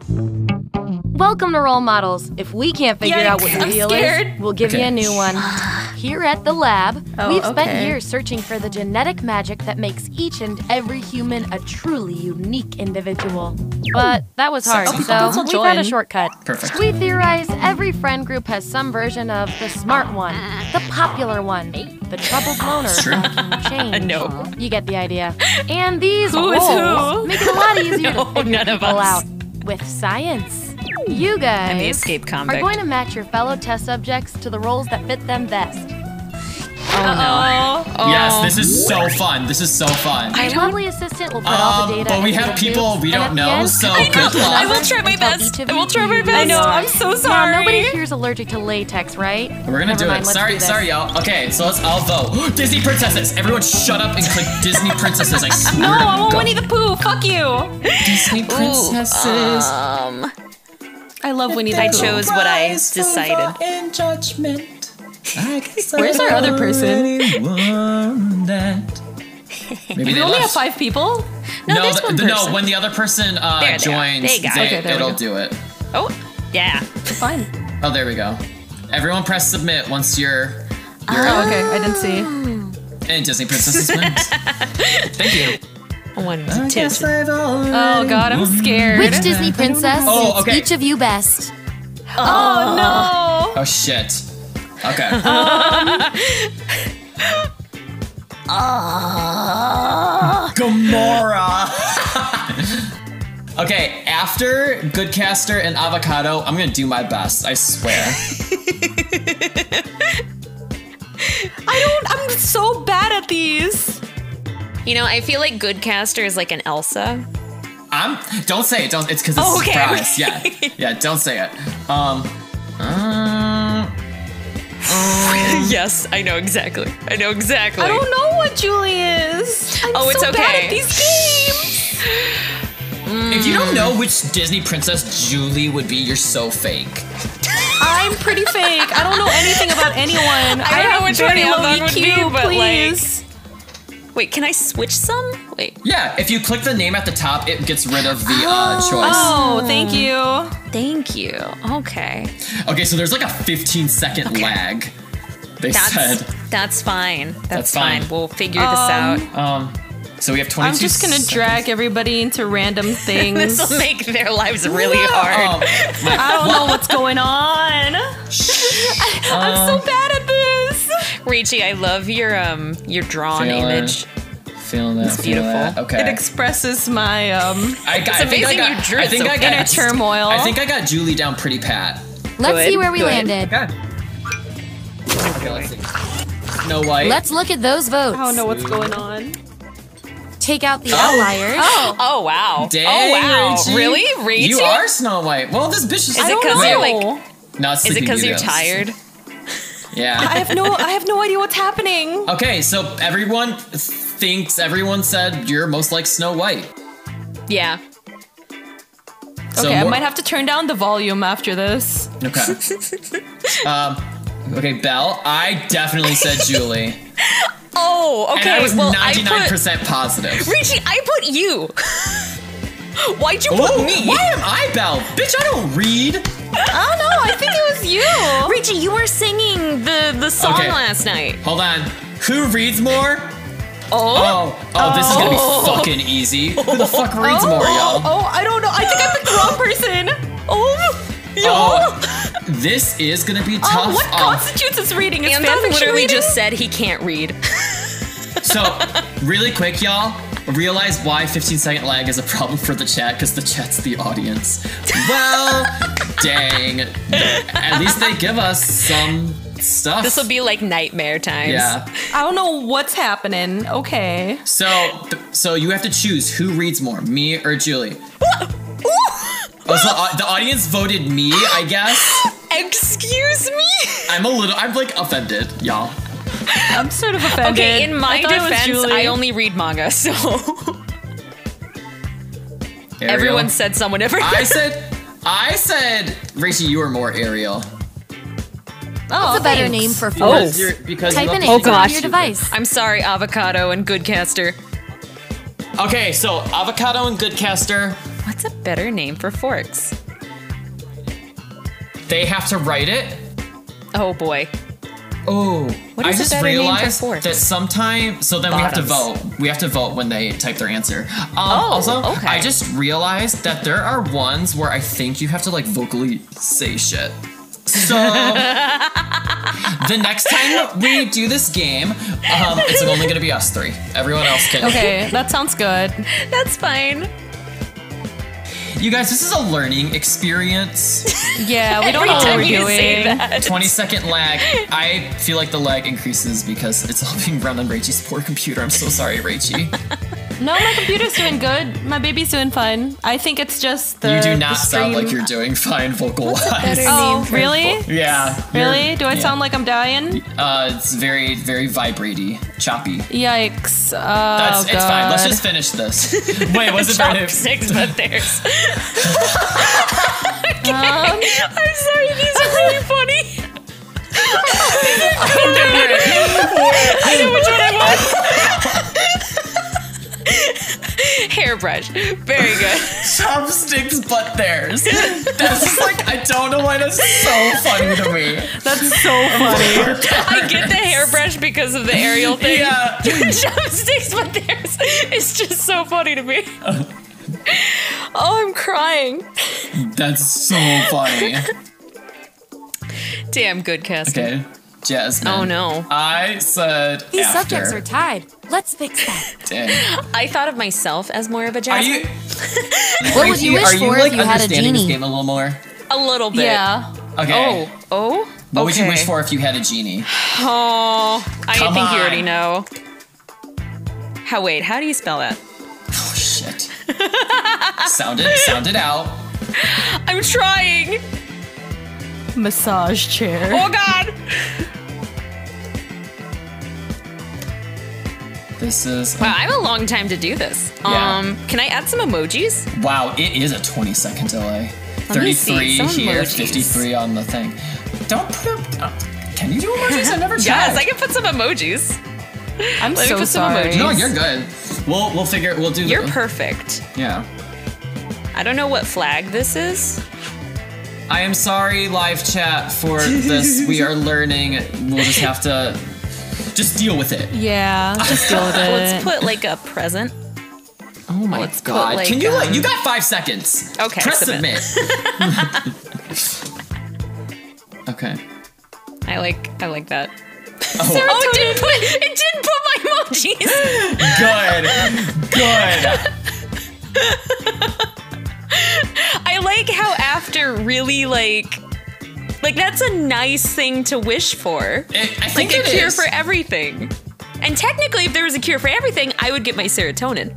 Welcome to Role Models. If we can't figure out what
Yikes, I'm
real
scared.
is, we'll give you
Okay.
a new one. Here at the lab,
Oh,
we've spent
okay.
years searching for the genetic magic that makes each and every human a truly unique individual. But that was hard,
Sexy.
so
Let's all
we found a
join.
shortcut.
Perfect.
We theorize every friend group has some version of the smart one, the popular one, the troubled loner,
true.
lacking change.
No.
You get the idea. And these
Who is
roles
who?
make it a lot easier
No,
to figure
none of
people
us.
out with science. You guys
the escape convict.
are going to match your fellow test subjects to the roles that fit them best.
Oh,
Yes, this is so fun. This is so fun.
Your lovely assistant will put all the
Um,
data.
but we
into
have
your
people
groups,
we
and
don't
at the
know,
end,
so
I
good luck.
I will try my best. I will try my best.
I know, I'm so
Now,
sorry.
nobody here is allergic to latex, right?
We're gonna
Never
do
mind,
it.
let's
Sorry,
do this.
sorry, y'all. Okay, so let's all vote. Disney princesses. Everyone, shut up and click Disney princesses. I swear.
no,
to
I want
God.
Winnie the Pooh. Fuck you.
Disney princesses.
Um,
I love Winnie the Pooh.
I chose what I
Rise for
decided.
the In judgment. I guess
Where's
I
our other person?
already won that. Maybe
We
they
only have
left.
five people.
No,
no,
there's one
the- no.
person.
When the other person uh,
There they are.
joins,
There you go.
they-
Okay, there we
it'll
go.
do it.
Oh, yeah.
Fine.
Oh, there we go. Everyone, press submit once you're you're
Oh, okay. I didn't see.
and Disney princesses wins. Thank you.
One
I
two.
guess I've already
Oh god, I'm
won.
scared.
Which Disney princess
Oh,
suits
okay.
each of you best?
oh no.
Oh shit. Okay. Gamora. okay, after Goodcaster and Avocado, I'm gonna do my best. I swear.
I don't. I'm so bad at these.
You know, I feel like Goodcaster is like an Elsa.
I'm. Don't say it. Don't. It's because it's
Oh, okay,
a surprise.
okay.
Yeah. Yeah. Don't say it. Um. um,
yes, I know exactly. I know exactly.
I don't know what Julie is. I'm
Oh, it's
so bad
okay.
at these games.
If you
Mm.
don't know which Disney princess Julie would be, you're so fake.
I'm pretty fake. I don't know anything about anyone. I,
know
have
which
very
one
low
Amazon would
EQ,
be, but, like-
please.
Wait, can I switch some? Wait.
Yeah. If you click the name at the top, it gets rid of the uh, choice.
Oh, thank
Hmm.
you.
Thank you. Okay.
Okay, so there's like a 15 second lag. They
That's
said.
that's fine. That's,
That's fine.
fine. We'll figure this out.
Um, so we have 22.
I'm just gonna drag everybody into random things.
This will make their lives really hard.
Um, my-
I don't know what's going on. I'm so bad at this.
Ricci, I love your um your drawn
Taylor.
image.
Feeling that. It's
beautiful.
Okay.
It expresses my um,
I, got- I think I
amazing
got,
you drew
I
it
think
so
I got,
inner turmoil.
I think I got Julie down pretty pat.
Let's
Good,
see where we
good.
landed.
Okay. Okay, let's see. Snow White.
Let's look at those votes.
Oh,
I don't know what's going on.
Take out the outliers.
Oh, oh wow.
Dang,
oh wow.
Reggie.
Really? Reggie?
You are Snow White. Well, this bitch is.
Is it
I
because
don't
you're
know.
like?
Not
Is it
Sleeping
because you're
Beauty.
tired?
I
Yeah.
have no. I have no idea what's happening.
okay, so everyone thinks everyone said you're most like Snow White.
Yeah.
So
okay, I
more-
might have to turn down the volume after this.
Okay. um, okay, Belle. I definitely said Julie,
Oh,
and
okay.
I was
well, I
ninety-nine
put
percent positive.
Reggie. I put you. Why'd you put
Ooh,
me?
Why am I Belle? Bitch, I don't read.
I don't know. I think it was you.
Reggie, you were singing the the song
Okay.
last night.
Hold on. Who reads more?
Oh,
Oh, oh, this is gonna be fucking easy. Who the fuck reads
oh,
more,
oh,
y'all?
oh, I don't know. I think I picked the wrong person.
oh, y'all.
Oh, this is gonna be tough.
Oh, what
Um,
constitutes as reading? Is
Anthem
fanfiction
literally
reading?
just said he can't read.
So, really quick, y'all, realize why 15 second lag is a problem for the chat because the chat's the audience. Well, dang. At least they give us some stuff.
This will be like nightmare times.
Yeah.
I don't know what's happening. Okay.
So, so you have to choose who reads more, me or Julie. Oh, so, uh, the audience voted me, I guess.
Excuse me.
I'm a little, I'm like offended, y'all.
I'm sort of offended.
Okay, in my
I thought it was
defense,
Julie.
I only read manga, so
Ariel.
everyone said someone ever.
I said, I said, Rachel, you are more Ariel.
That's a
Oh,
better name for
Oh.
force.
you're, because
Type
you
in
love
it
to be
oh, on
gosh.
your
stupid.
device.
I'm sorry, Avocado and Goodcaster.
Okay, so avocado and goodcaster,
What's a better name for forks?
they have to write it.
Oh boy.
Oh,
What
I
is a
just
better name for
realized
forks?
that sometimes. So then we have
Bottoms.
to vote. We have to vote when they type their answer. Um, oh, also,
okay.
I just realized that there are ones where I think you have to like vocally say shit. So the next time we do this game, um, it's only gonna be us three. Everyone else can.
okay, that sounds good.
That's fine.
You guys, this is a learning experience.
Yeah, we don't
Every
know what
time
we're
you say
doing.
that.
20 second lag. I feel like the lag increases because it's all being run on Rachel's poor computer. I'm so sorry, Rachel.
No, my computer's doing good. My baby's doing fine. I think it's just the.
You do
the
not sound
stream-
like you're doing fine vocal wise.
Oh, really?
Yeah.
Really?
you're-
Do I
yeah.
sound like I'm dying?
Uh, it's very, very vibraty, choppy.
Yikes. Oh,
That's it's fine. Let's
God.
just finish this. Wait, was it very?
Chopsticks, but there's.
Um,
I'm sorry, these are really funny. I know which one I want. Hairbrush. Very good.
Chopsticks, but theirs. That's just like I don't know why that's so funny to me.
that's so funny.
I get the hairbrush because of the aerial thing.
Yeah.
Chopsticks, but there's. It's just so funny to me. Oh, I'm crying.
That's so funny.
Damn, good casting.
Okay, Jasmine.
Oh, no.
I said
These
after.
subjects are tied. Let's fix that.
Dang.
I thought of myself as more of a
Are
jazz.
you?
What would you
Rachel, are
wish
you,
for
like,
if you had a
understanding this
genie?
game a little more?
A little bit.
yeah.
Okay.
Oh. Oh.
What would you wish for if you had a genie?
Oh, I
Come
think you already
on.
know. How wait? How do you spell that?
Oh shit. sound it, sound it out.
I'm trying.
Massage chair.
Oh God.
This is
Wow, I have a long time to do this.
Yeah.
Um, can I add some emojis?
wow, it is a 20 second delay.
me
33
see some
here,
emojis.
53 on the thing. Don't put up uh, can you do emojis? I've never tried.
Yes, I can put some emojis.
I'm
Let me
so
put some
sorry.
emojis.
No, you're good. We'll we'll figure it we'll do
You're
the-
perfect.
Yeah.
I don't know what flag this is.
I am sorry, live chat, for this. we are learning. We'll just have to just deal with it.
Yeah, just deal with it.
Let's
Uh,
put like a present.
Oh my
Let's put,
god.
like,
Can you like
um,
you got five seconds.
Okay,
Press submit.
submit.
okay.
I like. I like that.
Oh,
Oh, it didn't put it didn't put my emojis.
good, good.
I like how after really like like that's a nice thing to wish for.
It- I
like
think
a
it
cure
is.
for everything. And technically, if there was a cure for everything, I would get my serotonin.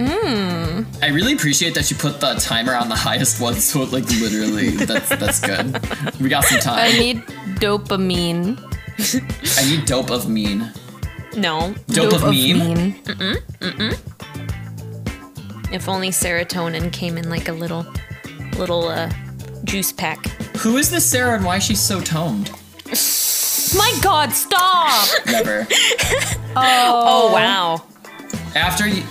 I really appreciate that you put the timer on the highest one, so it, like literally, that's that's good. We got some time.
I
I need,
need dopamine.
dope of mean.
No,
Dope, of, mean.
if only serotonin came in like a little little uh juice pack.
Who is this Sarah, and why is she so toned?
My God, stop!
Never.
Oh, wow.
After you,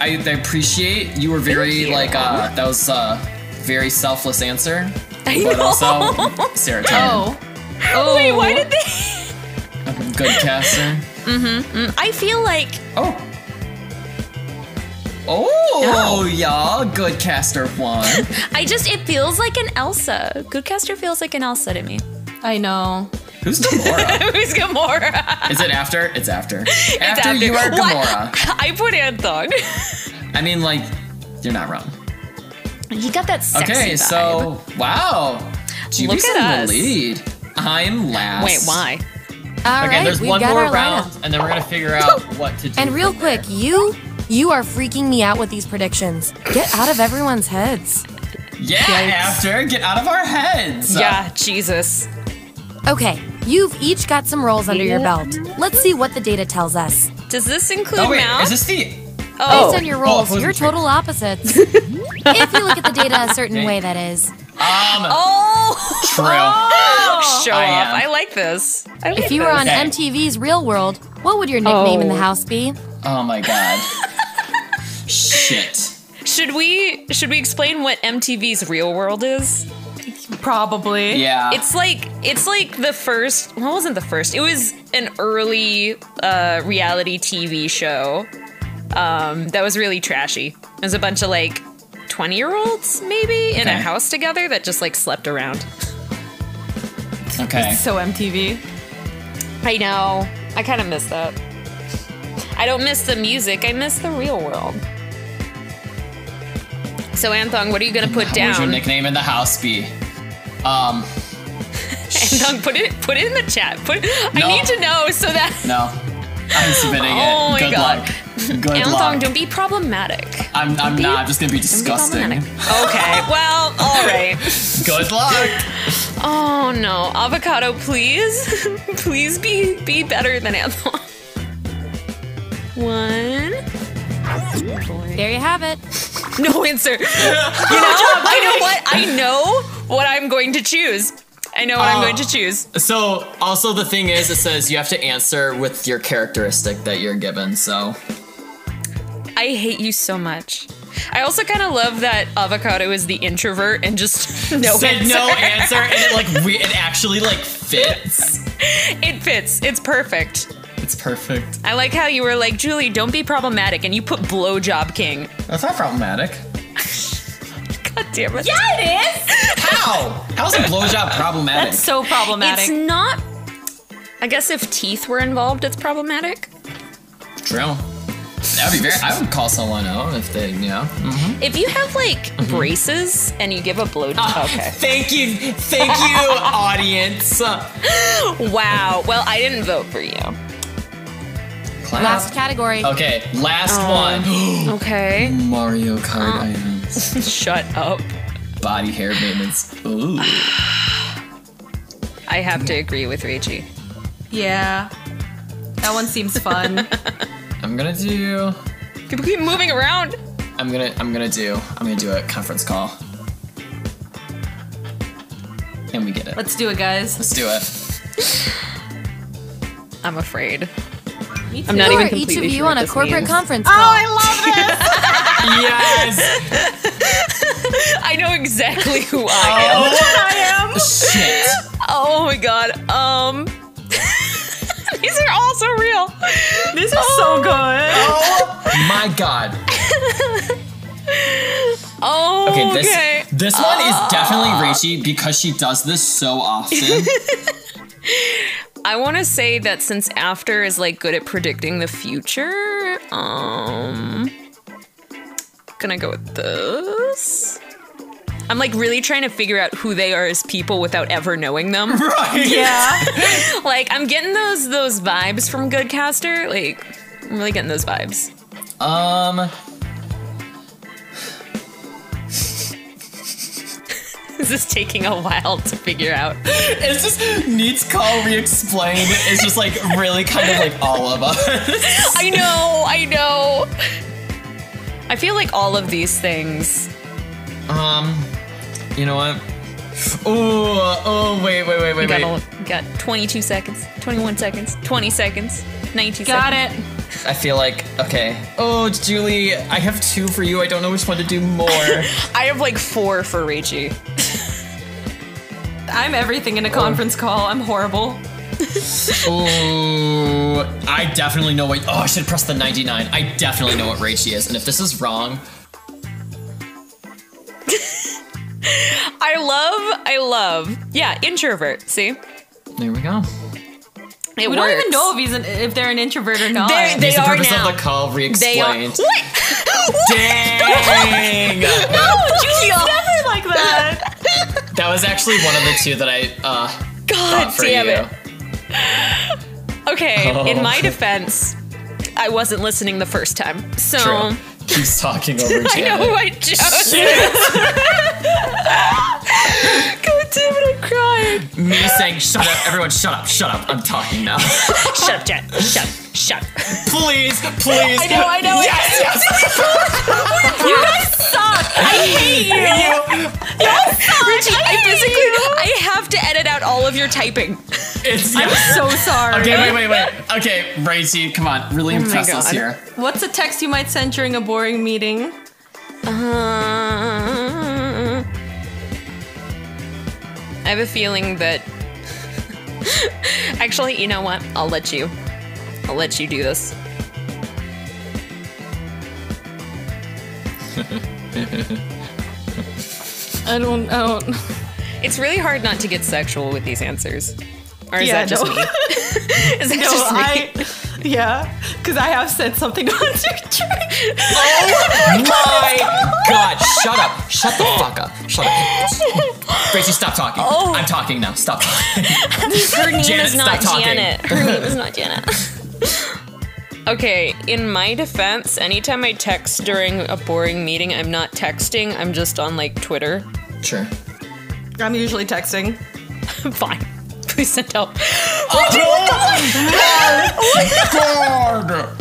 I, I appreciate you were very like uh that was uh very selfless answer,
I
but
know.
also Sarah toned.
Oh. Oh.
Wait, why did they
Good caster.
I feel like
Oh. Oh, y'all, good caster one.
I just it feels like an Elsa. Goodcaster feels like an Elsa to me.
I know.
Who's Gamora?
Who's Gamora?
Is it after? It's after. After, you are
What?
Gamora.
I put Anthog.
I mean, like, you're not wrong.
You got that sexy
Okay,
vibe.
so wow,
Look
Juby's
at
in
us.
the lead. I'm last.
wait, why?
All
Okay, there's
we've
one
got
more
our
round,
lineup.
and then we're gonna figure out what to do.
And real
from there.
quick, you you are freaking me out with these predictions. Get out of everyone's heads.
Yeah, after get out of our heads.
yeah, Jesus.
Okay, you've each got some rolls under your belt. Let's see what the data tells us.
Does this include
Oh wait,
Mal?
is this the?
Based on your rolls,
Oh,
you're total opposites. if you look at the data a certain way, that is.
Um,
oh,
true.
show
Oh, I
off.
am.
I like this. I like
If you were on
this.
Okay.
MTV's Real World, what would your nickname in the
Oh.
house be?
Oh my god. Shit.
should we should we explain what MTV's Real World is?
Probably.
Yeah.
It's like it's like the first. Well, it wasn't the first. It was an early uh, reality TV show um, that was really trashy. It was a bunch of like twenty year olds maybe in a
Okay.
house together that just like slept around.
okay.
So MTV.
I know. I kind of miss that. I don't miss the music. I miss the real world. So Anthong, what are you gonna put
What would your
down?
nickname in the house be? Um,
Anthong, put it put it in the chat. Put.
No.
I need to know so that
no. I'm submitting
Oh
it.
my
Good
God.
luck. Good
Anthong,
luck.
don't be problematic.
I'm, I'm not. I'm just gonna be disgusting.
Okay. Well, all right.
Good luck.
Oh no, avocado, please, please be be better than Anthong. One.
There you have it.
no answer. You know, I know what I know what I'm going to choose. I know what I'm
Oh.
going to choose.
So, also the thing is, it says you have to answer with your characteristic that you're given. So,
I hate you so much. I also kind of love that avocado is the introvert and just no
said
answer.
no answer, and it like we, it actually like fits.
It fits. It's perfect.
It's perfect.
I like how you were like, Julie, don't be problematic, and you put blowjob king.
That's not problematic.
God damn it. Yeah, it is.
How? How's a blowjob problematic?
That's so
It's
problematic.
not. I guess if teeth were involved, it's problematic.
True. That would be very. I would call someone out if they, you know.
If you have like braces and you give a blowjob, okay.
Thank you, thank you, audience.
Wow. Well, I didn't vote for you. Oh.
Last category.
Okay, last
Um, Okay.
one. Mario Kart items,
Shut up.
body hair maintenance. Ooh.
I have to agree with Reggie.
yeah. That one seems fun.
I'm gonna do.
People keep moving around.
I'm gonna I'm gonna do I'm gonna do a conference call. And we get it.
Let's do it, guys.
Let's do it.
I'm afraid.
Me too.
I'm not
Who
even
are each of
completely
you
sure
on
what
a
this
corporate
means.
conference call?
Oh,
yes!
I know exactly who I am.
Shit.
Oh my god. Um. These are all so real. This is so good.
Oh my god.
Oh.
Okay, this
okay. Ah.
this one is definitely Reishi because she does this so often.
I want to say that since After is like good at predicting the future, um, gonna go with this. I'm like really trying to figure out who they are as people without ever knowing them.
Right.
Yeah. like I'm getting those those vibes from Goodcaster. Like I'm really getting those vibes.
Um.
This is taking a while to figure out.
It's just needs call re-explained. It's just like really kind of like all of us.
I know, I know. I feel like all of these things.
Um, you know what? Oh, oh, wait, wait, wait,
You
wait,
got,
wait.
a, got 22 seconds, 21 seconds, 20 seconds, 19
Got
seconds.
it.
I feel like okay. Oh, Julie, I have two for you. I don't know which one to do more.
I have like four for Raichi.
I'm everything in a conference call. I'm horrible.
Ooh, I definitely know what. Oh, I should press the 99. I definitely know what Reichi is, and if this is wrong,
I love, I love. Yeah, introvert. See, it
there we go.
We
works.
don't even know if he's an, if they're an introvert or not.
They're- they
It's the
are
purpose
now.
of the call
they are.
re-explained.
What? What?
Dang! that
No, Julia. never like that.
was actually one of the two that I uh
God
thought for
damn
you.
it. Okay, in
Oh.
my defense, I wasn't listening the first time, so
True. Keeps talking over Janet.
I know I chose. God damn it! I'm crying.
Me saying, "Shut up, everyone! Shut up! Shut up! I'm talking now."
Shut up, Jen. Shut. Shut.
please, please.
I know, I know.
Yes, yes.
You guys suck. I hate you. Richie, I physically, I have to edit out all of your typing.
It's yes.
so sorry.
Okay, wait, wait, wait. Okay, Raichi, come on. Really impress us
Oh God.
here.
What's a text you might send during a boring meeting?
Uh, I have a feeling that. Actually, you know what? I'll let you. I'll let you do this.
I don't. I don't.
It's really hard not to get sexual with these answers. Or is
Yeah,
that just
no.
me? is that
No,
just me?
I. Yeah, because I have said something on your drink.
Oh
My God, shut up! Shut the fuck up! Shut up! Raichi, stop talking. I'm talking now. Stop talking.
Oh. Her name
Janet,
is
stop
not
talking.
Janet. Her name is not Janet. okay, in my defense, anytime I text during a boring meeting, I'm not texting. I'm just on like Twitter.
Sure.
I'm usually texting.
Fine. Please send help.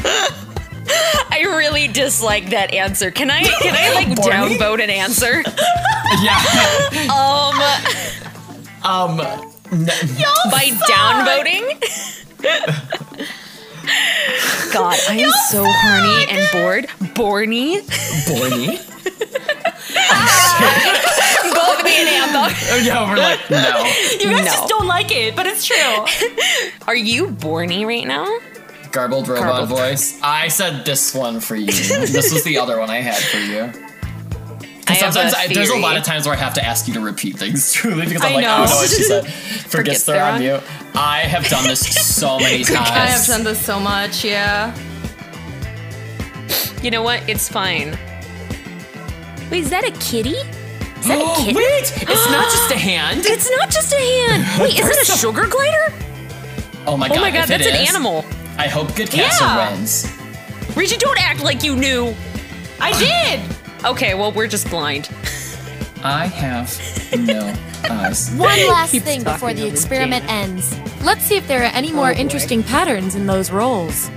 I really dislike that answer. Can I can I like
Boring?
downvote an answer?
Yeah.
Um
Um.
by downvoting? God, I am so horny and bored. Borny.
Borny.
Both me and Amber.
Oh yeah, we're like no.
You guys
No.
just don't like it, but it's true.
Are you borny right now?
Garbled robot
Garbled.
voice. I said this one for you. this was the other one I had for you. 'Cause
I have
Sometimes
a
I, there's a lot
theory.
of times where I have to ask you to repeat things truly because I'm
I
like, "Oh, I don't know
know.
what she said. Forgets they're on you. I have done this so many times.
I have done this so much. Yeah.
You know what? It's fine. Wait, is that a kitty? Is that a
Oh,
kitten?
wait! It's not just a hand.
It's not just a hand. Wait, is it a sugar glider?
Oh my god!
Oh my
if
god,
it
that's an
is,
animal.
I hope good caster
Yeah.
wins.
Reggie, don't act like you knew.
I did.
Okay, well, we're just blind.
I have no eyes.
One last
Keeps
thing
talking
before
over
the experiment ends. Let's see if there are any more
boy.
interesting patterns in those rolls.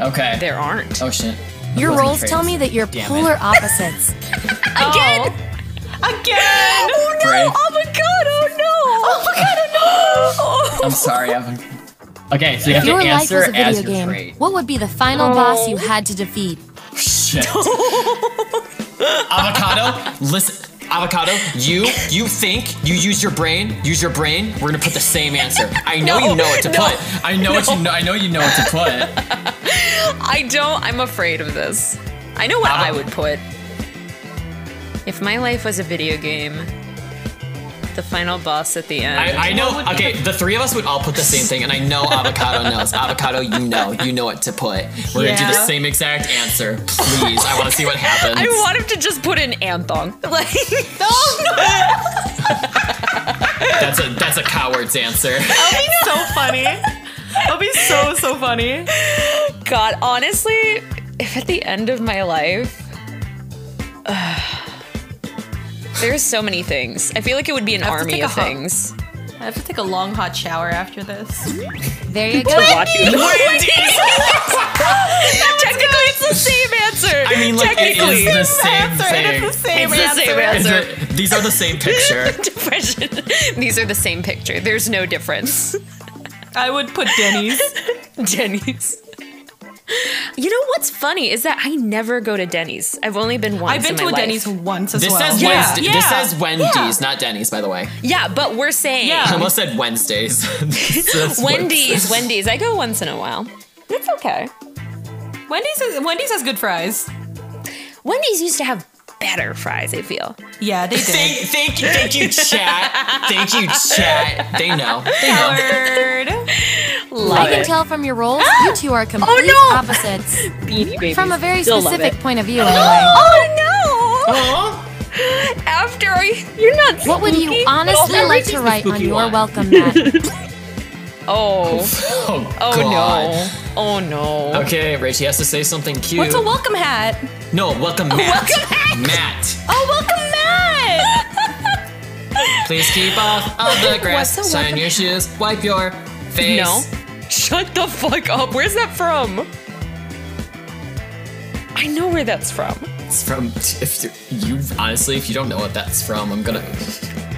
Okay.
There aren't.
Oh shit.
Your
Wasn't
rolls
trained.
tell me that you're
Damn it.
polar opposites.
Oh.
Again!
Again.
Oh no!
Brave.
Oh my god! Oh no! Oh my god! Oh no!
I'm sorry. I'm. Okay, so you have
If your
to
life
answer
was a
as
video
your
game,
trait.
what would be the final boss you had to defeat?
Shit. avocado, listen. Avocado, you you think you use your brain, use your brain. We're gonna put the same answer. I know
No,
you know what to
no,
put. I know what you know. I know you know what to put.
I don't. I'm afraid of this. I know what
Adam.
I would put. If my life was a video game, the final boss at the end.
I, I know. Okay, the three of us would all put the same thing, and I know Avocado knows. Avocado, you know, you know what to put. We're gonna do the
Yeah.
same exact answer. Please, I want to see what happens.
I want him to just put in Anthong. Like,
that's a that's a coward's answer.
so funny. That'll be so so funny.
God, honestly, if at the end of my life, there's so many things. I feel like it would be an
have to
army
take a
of
hug.
things.
I have to take a long hot shower after this.
There you go.
Technically, it's the same answer.
I mean, like it
technically,
is the same
and
thing.
it's the same
It's the
answer.
same
Is
answer.
it- these are the same picture.
Depression. These are the same picture. There's no difference.
I would put Denny's.
Denny's. You know what's funny is that I never go to Denny's. I've only been once.
I've been
in
to
my
a
life.
Denny's once as
This
well.
says
yeah.
Wednesday.
Yeah.
This says Wendy's, not Denny's, by the way.
Yeah, but we're saying
Yeah.
I almost said Wednesdays. This says
Wendy's.
Wednesdays.
Wendy's. I go once in a while. It's okay.
Wendy's. Is, Wendy's has good fries.
Wendy's used to have better fries. I feel.
Yeah, they did.
Thank, thank, you- thank you, chat. Thank you, chat. They know. They know.
Howard.
I can tell from your roles, you two are complete
no!
opposites.
Beanie Babies.
From a very
Still love
specific
it. Ah!
point of view, anyway.
Oh no!
Aw.
After I, you're not.
What would you
spooky?
honestly
Oh,
like to write on
spooky
your
one.
welcome mat?
Oh.
Oh,
Oh
God.
no. Oh no.
Okay, Rachie has to say something cute.
What's a welcome hat?
no, welcome Matt.
welcome Oh,
Matt.
Oh, welcome mat.
Please keep off of the grass.
What's a
Shine
welcome
your shoes. Wipe your face.
No. Shut the fuck up. Where's that from? I know where that's from.
It's from. If you- you honestly, if you don't know what that's from, I'm gonna.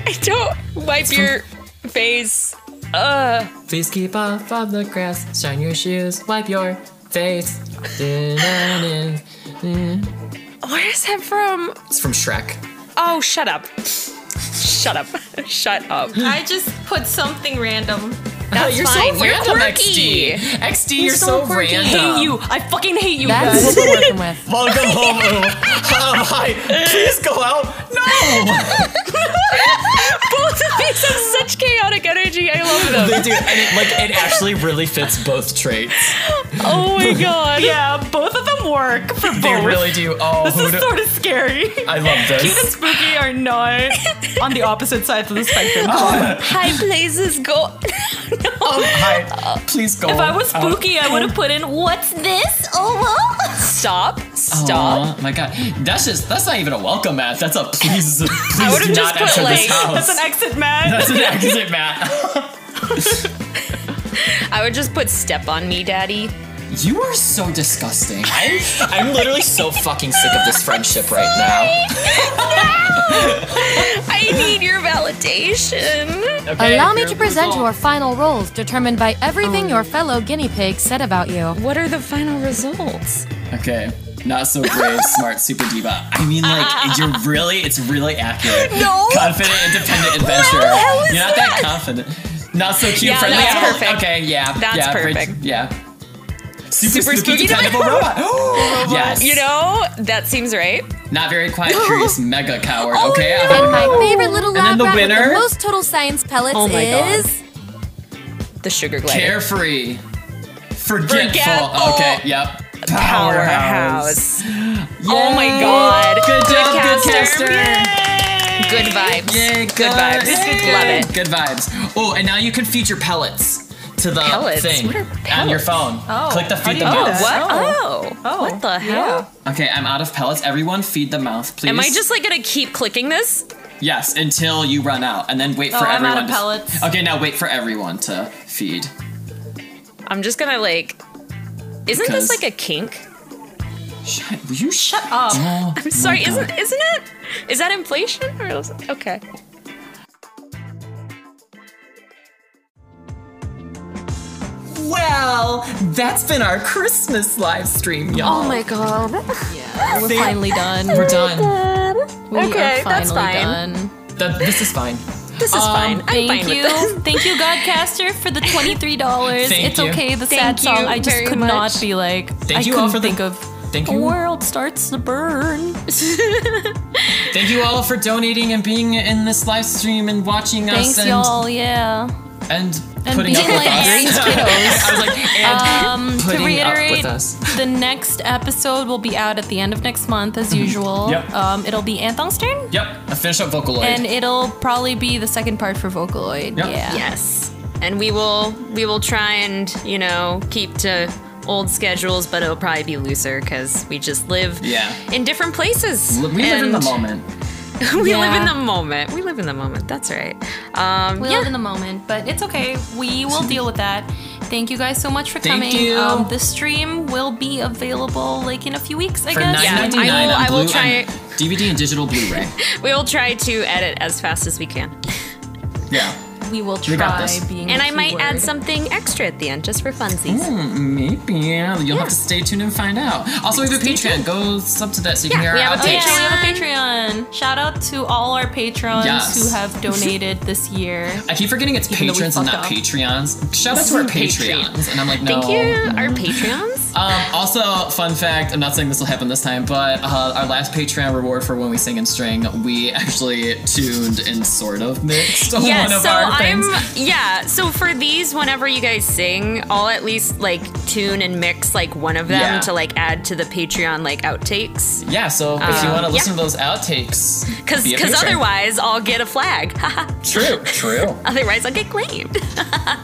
I don't wipe your face. Uh,
Please keep off of the grass. Shine your shoes. Wipe your face. It's
where is that from?
from Shrek.
Oh, shut up. Shut up. Shut up.
I just put something random.
That's you're
fine.
so
You're
random,
quirky.
XD. XD, you're, so,
quirky.
random.
Hate you. I fucking hate you
That's
guys.
what we're working with.
Welcome home. Ooh. Oh, hi. Please go out. No.
Both of these have such chaotic energy. I love them.
They do, and it, like it actually really fits both traits.
Oh my god.
Yeah, both of them work for both.
They really do. Oh, who
this
do,
is sort of scary.
I love
Cute and
this.
spooky are not on the opposite sides of the spectrum.
Oh.
High places go. Oh,
Um, hi. Please go.
if I was spooky, I would have put in what's this? Oh, well.
Stop. Stop.
oh my god, that's just that's not even a welcome mat. That's a please, please
would've
do
just
not
put,
enter
like,
this house.
That's an exit, man.
Oh. That's an exit mat.
I would just put step on me, daddy.
You are so disgusting. I'm I'm literally so fucking sick of this friendship right now.
I need your validation.
Okay,
Allow me
here
to
we
present
go.
your final roles, determined by everything your fellow guinea pig said about you.
What are the final results?
Okay. Not so brave, smart, super diva. I mean, like, you're really, it's really accurate.
No.
Confident, independent adventurer.
hell is
you're not that? confident. Not so cute,
Yeah,
friendly.
that's
apple.
perfect.
Okay, yeah.
That's
yeah,
perfect.
great- yeah. Super,
Super
spooky,
spooky,
dependable robot. yes.
You know, that seems right.
Not very quiet, curious, mega coward.
Oh,
okay.
no.
And my favorite little
then
lab
the
rat with
winner?
the most total science pellets
Oh my God.
is
The sugar glider.
Carefree. Forgetful.
Forgetful.
Okay, yep.
Powerhouse. Oh my
Yay.
God.
Good job,
caster.
good caster.
Good vibes.
Yeah, good,
vibes. Love it.
Good vibes. Oh, and now you can feed your pellets to the
Pellets?
thing
What are
on your
pellets?
phone.
Oh,
Click the
how
feed
do you
the
do
Oh,
mouth.
that?
what?
Oh.
Oh. What the hell?
Okay, I'm out of pellets. Everyone, feed the mouth, please.
Am I just like gonna keep clicking this?
yes until you run out, and then wait
Oh,
for
I'm
everyone.
out of
to-
pellets.
Okay, now wait for everyone to feed.
I'm just gonna like. Isn't
Because-
this like a kink?
Shut, will you shut?
Shut up.
Oh,
I'm sorry. Isn't isn't it? Is that inflation or is okay?
Well, that's been our Christmas live stream, y'all.
Oh my god.
We're finally done.
We're done.
We
Okay,
are finally
that's fine.
done.
That, this is fine.
This is fine. I'm
Um, Thank
fine
you.
with this.
Thank you, Godcaster, for the $23.
Thank
it's
you.
okay, the
Thank
sad song.
you
I just
very
could
much.
not be like,
Thank
I
you all
couldn't
for the-
think of.
Thank
The
you.
world starts to burn.
Thank you all for donating and being in this live stream and watching
Thanks,
us and
y'all. Yeah. And
and putting
being
up with
like
us.
Grace
I was like, and
Um, to
putting up
reiterate,
with us.
the next episode will be out at the end of next month, as usual.
Yep.
Um, it'll be Anthong's turn,
Mm-hmm. Yep, I finished up Vocaloid.
and it'll probably be the second part for Vocaloid.
Yep.
Yeah.
Yes. And we will we will try and, you know, keep to old schedules, but it'll probably be looser because we just live
Yeah.
in different places.
We live in the
And
moment.
we live in
Yeah.
the moment. We live in the moment. That's right. Um,
We
yeah.
live in the moment, but it's okay. We will deal with that. Thank you guys so much for
Thank
coming.
you.
Um, the stream will be available like in a few weeks, I
for
guess.
nine ninety nine
Yeah, I will- I will
on Blu-
try-
on DVD and digital Blu-ray.
we will try to edit as fast as we can.
yeah,
We will try
We got this.
being.
And
the
I might
keyword.
add something extra at the end just for funsies.
Oh.
Hmm, maybe yeah. you'll
Yeah.
have to stay tuned and find out. Also, we have a
Stay
Patreon. Go sub to that so you can
Yeah,
hear
we
our
have a
Oh, yeah,
updates.
we have a Patreon. Shout out to all our patrons
Yes.
who have donated this year.
I keep forgetting it's
Even though we
patrons and
fucked
not
up.
Patreons. Shout out to our Patreons, and I'm like, no.
Thank you, our Patreons.
Um, also, fun fact, I'm not saying this will happen this time, but uh, our last Patreon reward for When We Sing in String, we actually tuned and sort of mixed one of
so
our
I'm
things.
yeah. So for these, whenever you guys sing, I'll at least like tune and mix like one of them
Yeah.
to like add to the Patreon like outtakes.
Yeah, so if you
Um,
want to listen
yeah.
to those outtakes,
Cause,
be a
cause
patron.
otherwise I'll get a flag.
True, true. All
otherwise I'll get claimed.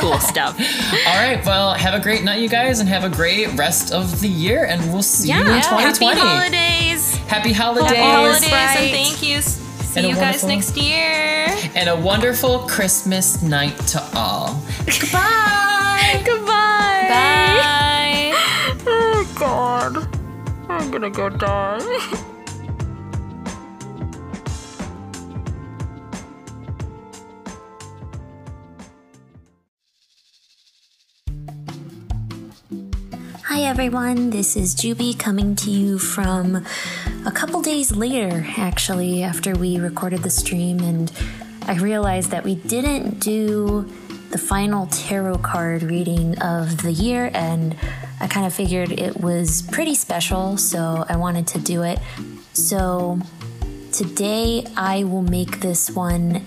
cool stuff.
right, well, have a great night, you guys, and have a great rest of the year, and we'll see
Yeah.
you in 2020.
Happy holidays.
Happy holidays.
Happy holidays
right.
and thank you. See
And a
you guys
wonderful-
next year.
And a wonderful Christmas night to all.
Bye. Goodbye.
Bye.
Oh God. I'm gonna go die.
Hi everyone, this is Juby coming to you from a couple days later, actually, after we recorded the stream, and I realized that we didn't do the final tarot card reading of the year, and I kind of figured it was pretty special, so I wanted to do it. So today I will make this one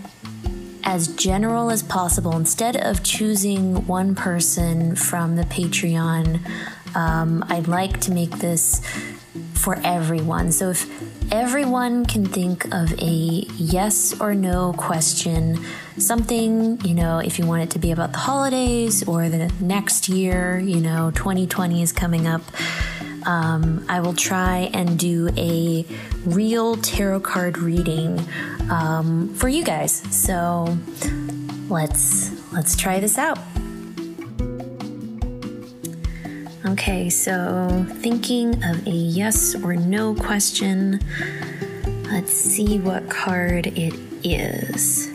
as general as possible. Instead of choosing one person from the Patreon, um, I'd like to make this for everyone. So if everyone can think of a yes or no question, something, you know, if you want it to be about the holidays or the next year, you know, 2020 is coming up. Um, I will try and do a real tarot card reading um, for you guys. So let's let's try this out. Okay, so thinking of a yes or no question. Let's see what card it is.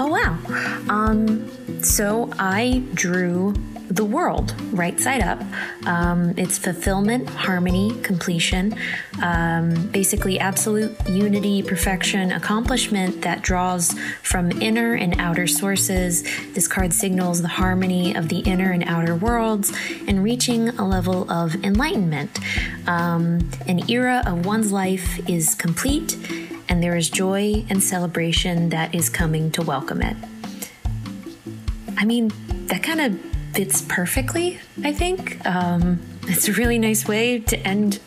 Oh wow. Um so I drew the world right side up. Um, it's fulfillment, harmony, completion, um, basically absolute unity, perfection, accomplishment that draws from inner and outer sources. This card signals the harmony of the inner and outer worlds and reaching a level of enlightenment. Um, an era of one's life is complete, and there is joy and celebration that is coming to welcome it. I mean, that kind of fits perfectly, I think. Um, it's a really nice way to end,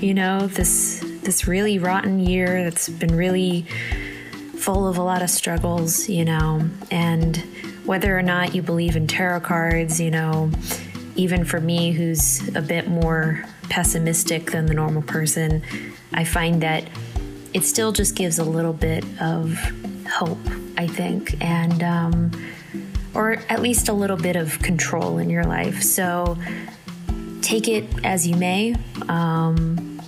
you know, this this really rotten year that's been really full of a lot of struggles, you know, and whether or not you believe in tarot cards, you know, even for me who's a bit more pessimistic than the normal person, I find that it still just gives a little bit of hope, I think. And um or at least a little bit of control in your life. So take it as you may. Um,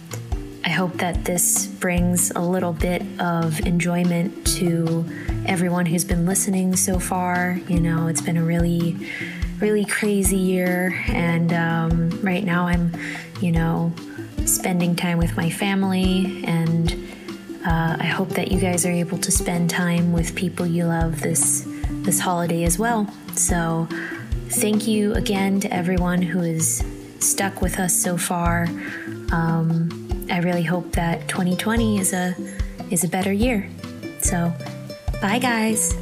I hope that this brings a little bit of enjoyment to everyone who's been listening so far. You know, it's been a really, really crazy year, and um, right now I'm, you know, spending time with my family and. Uh, I hope that you guys are able to spend time with people you love this this holiday as well. So, thank you again to everyone who is stuck with us so far. Um, I really hope that 2020 is a is a better year. So, bye guys.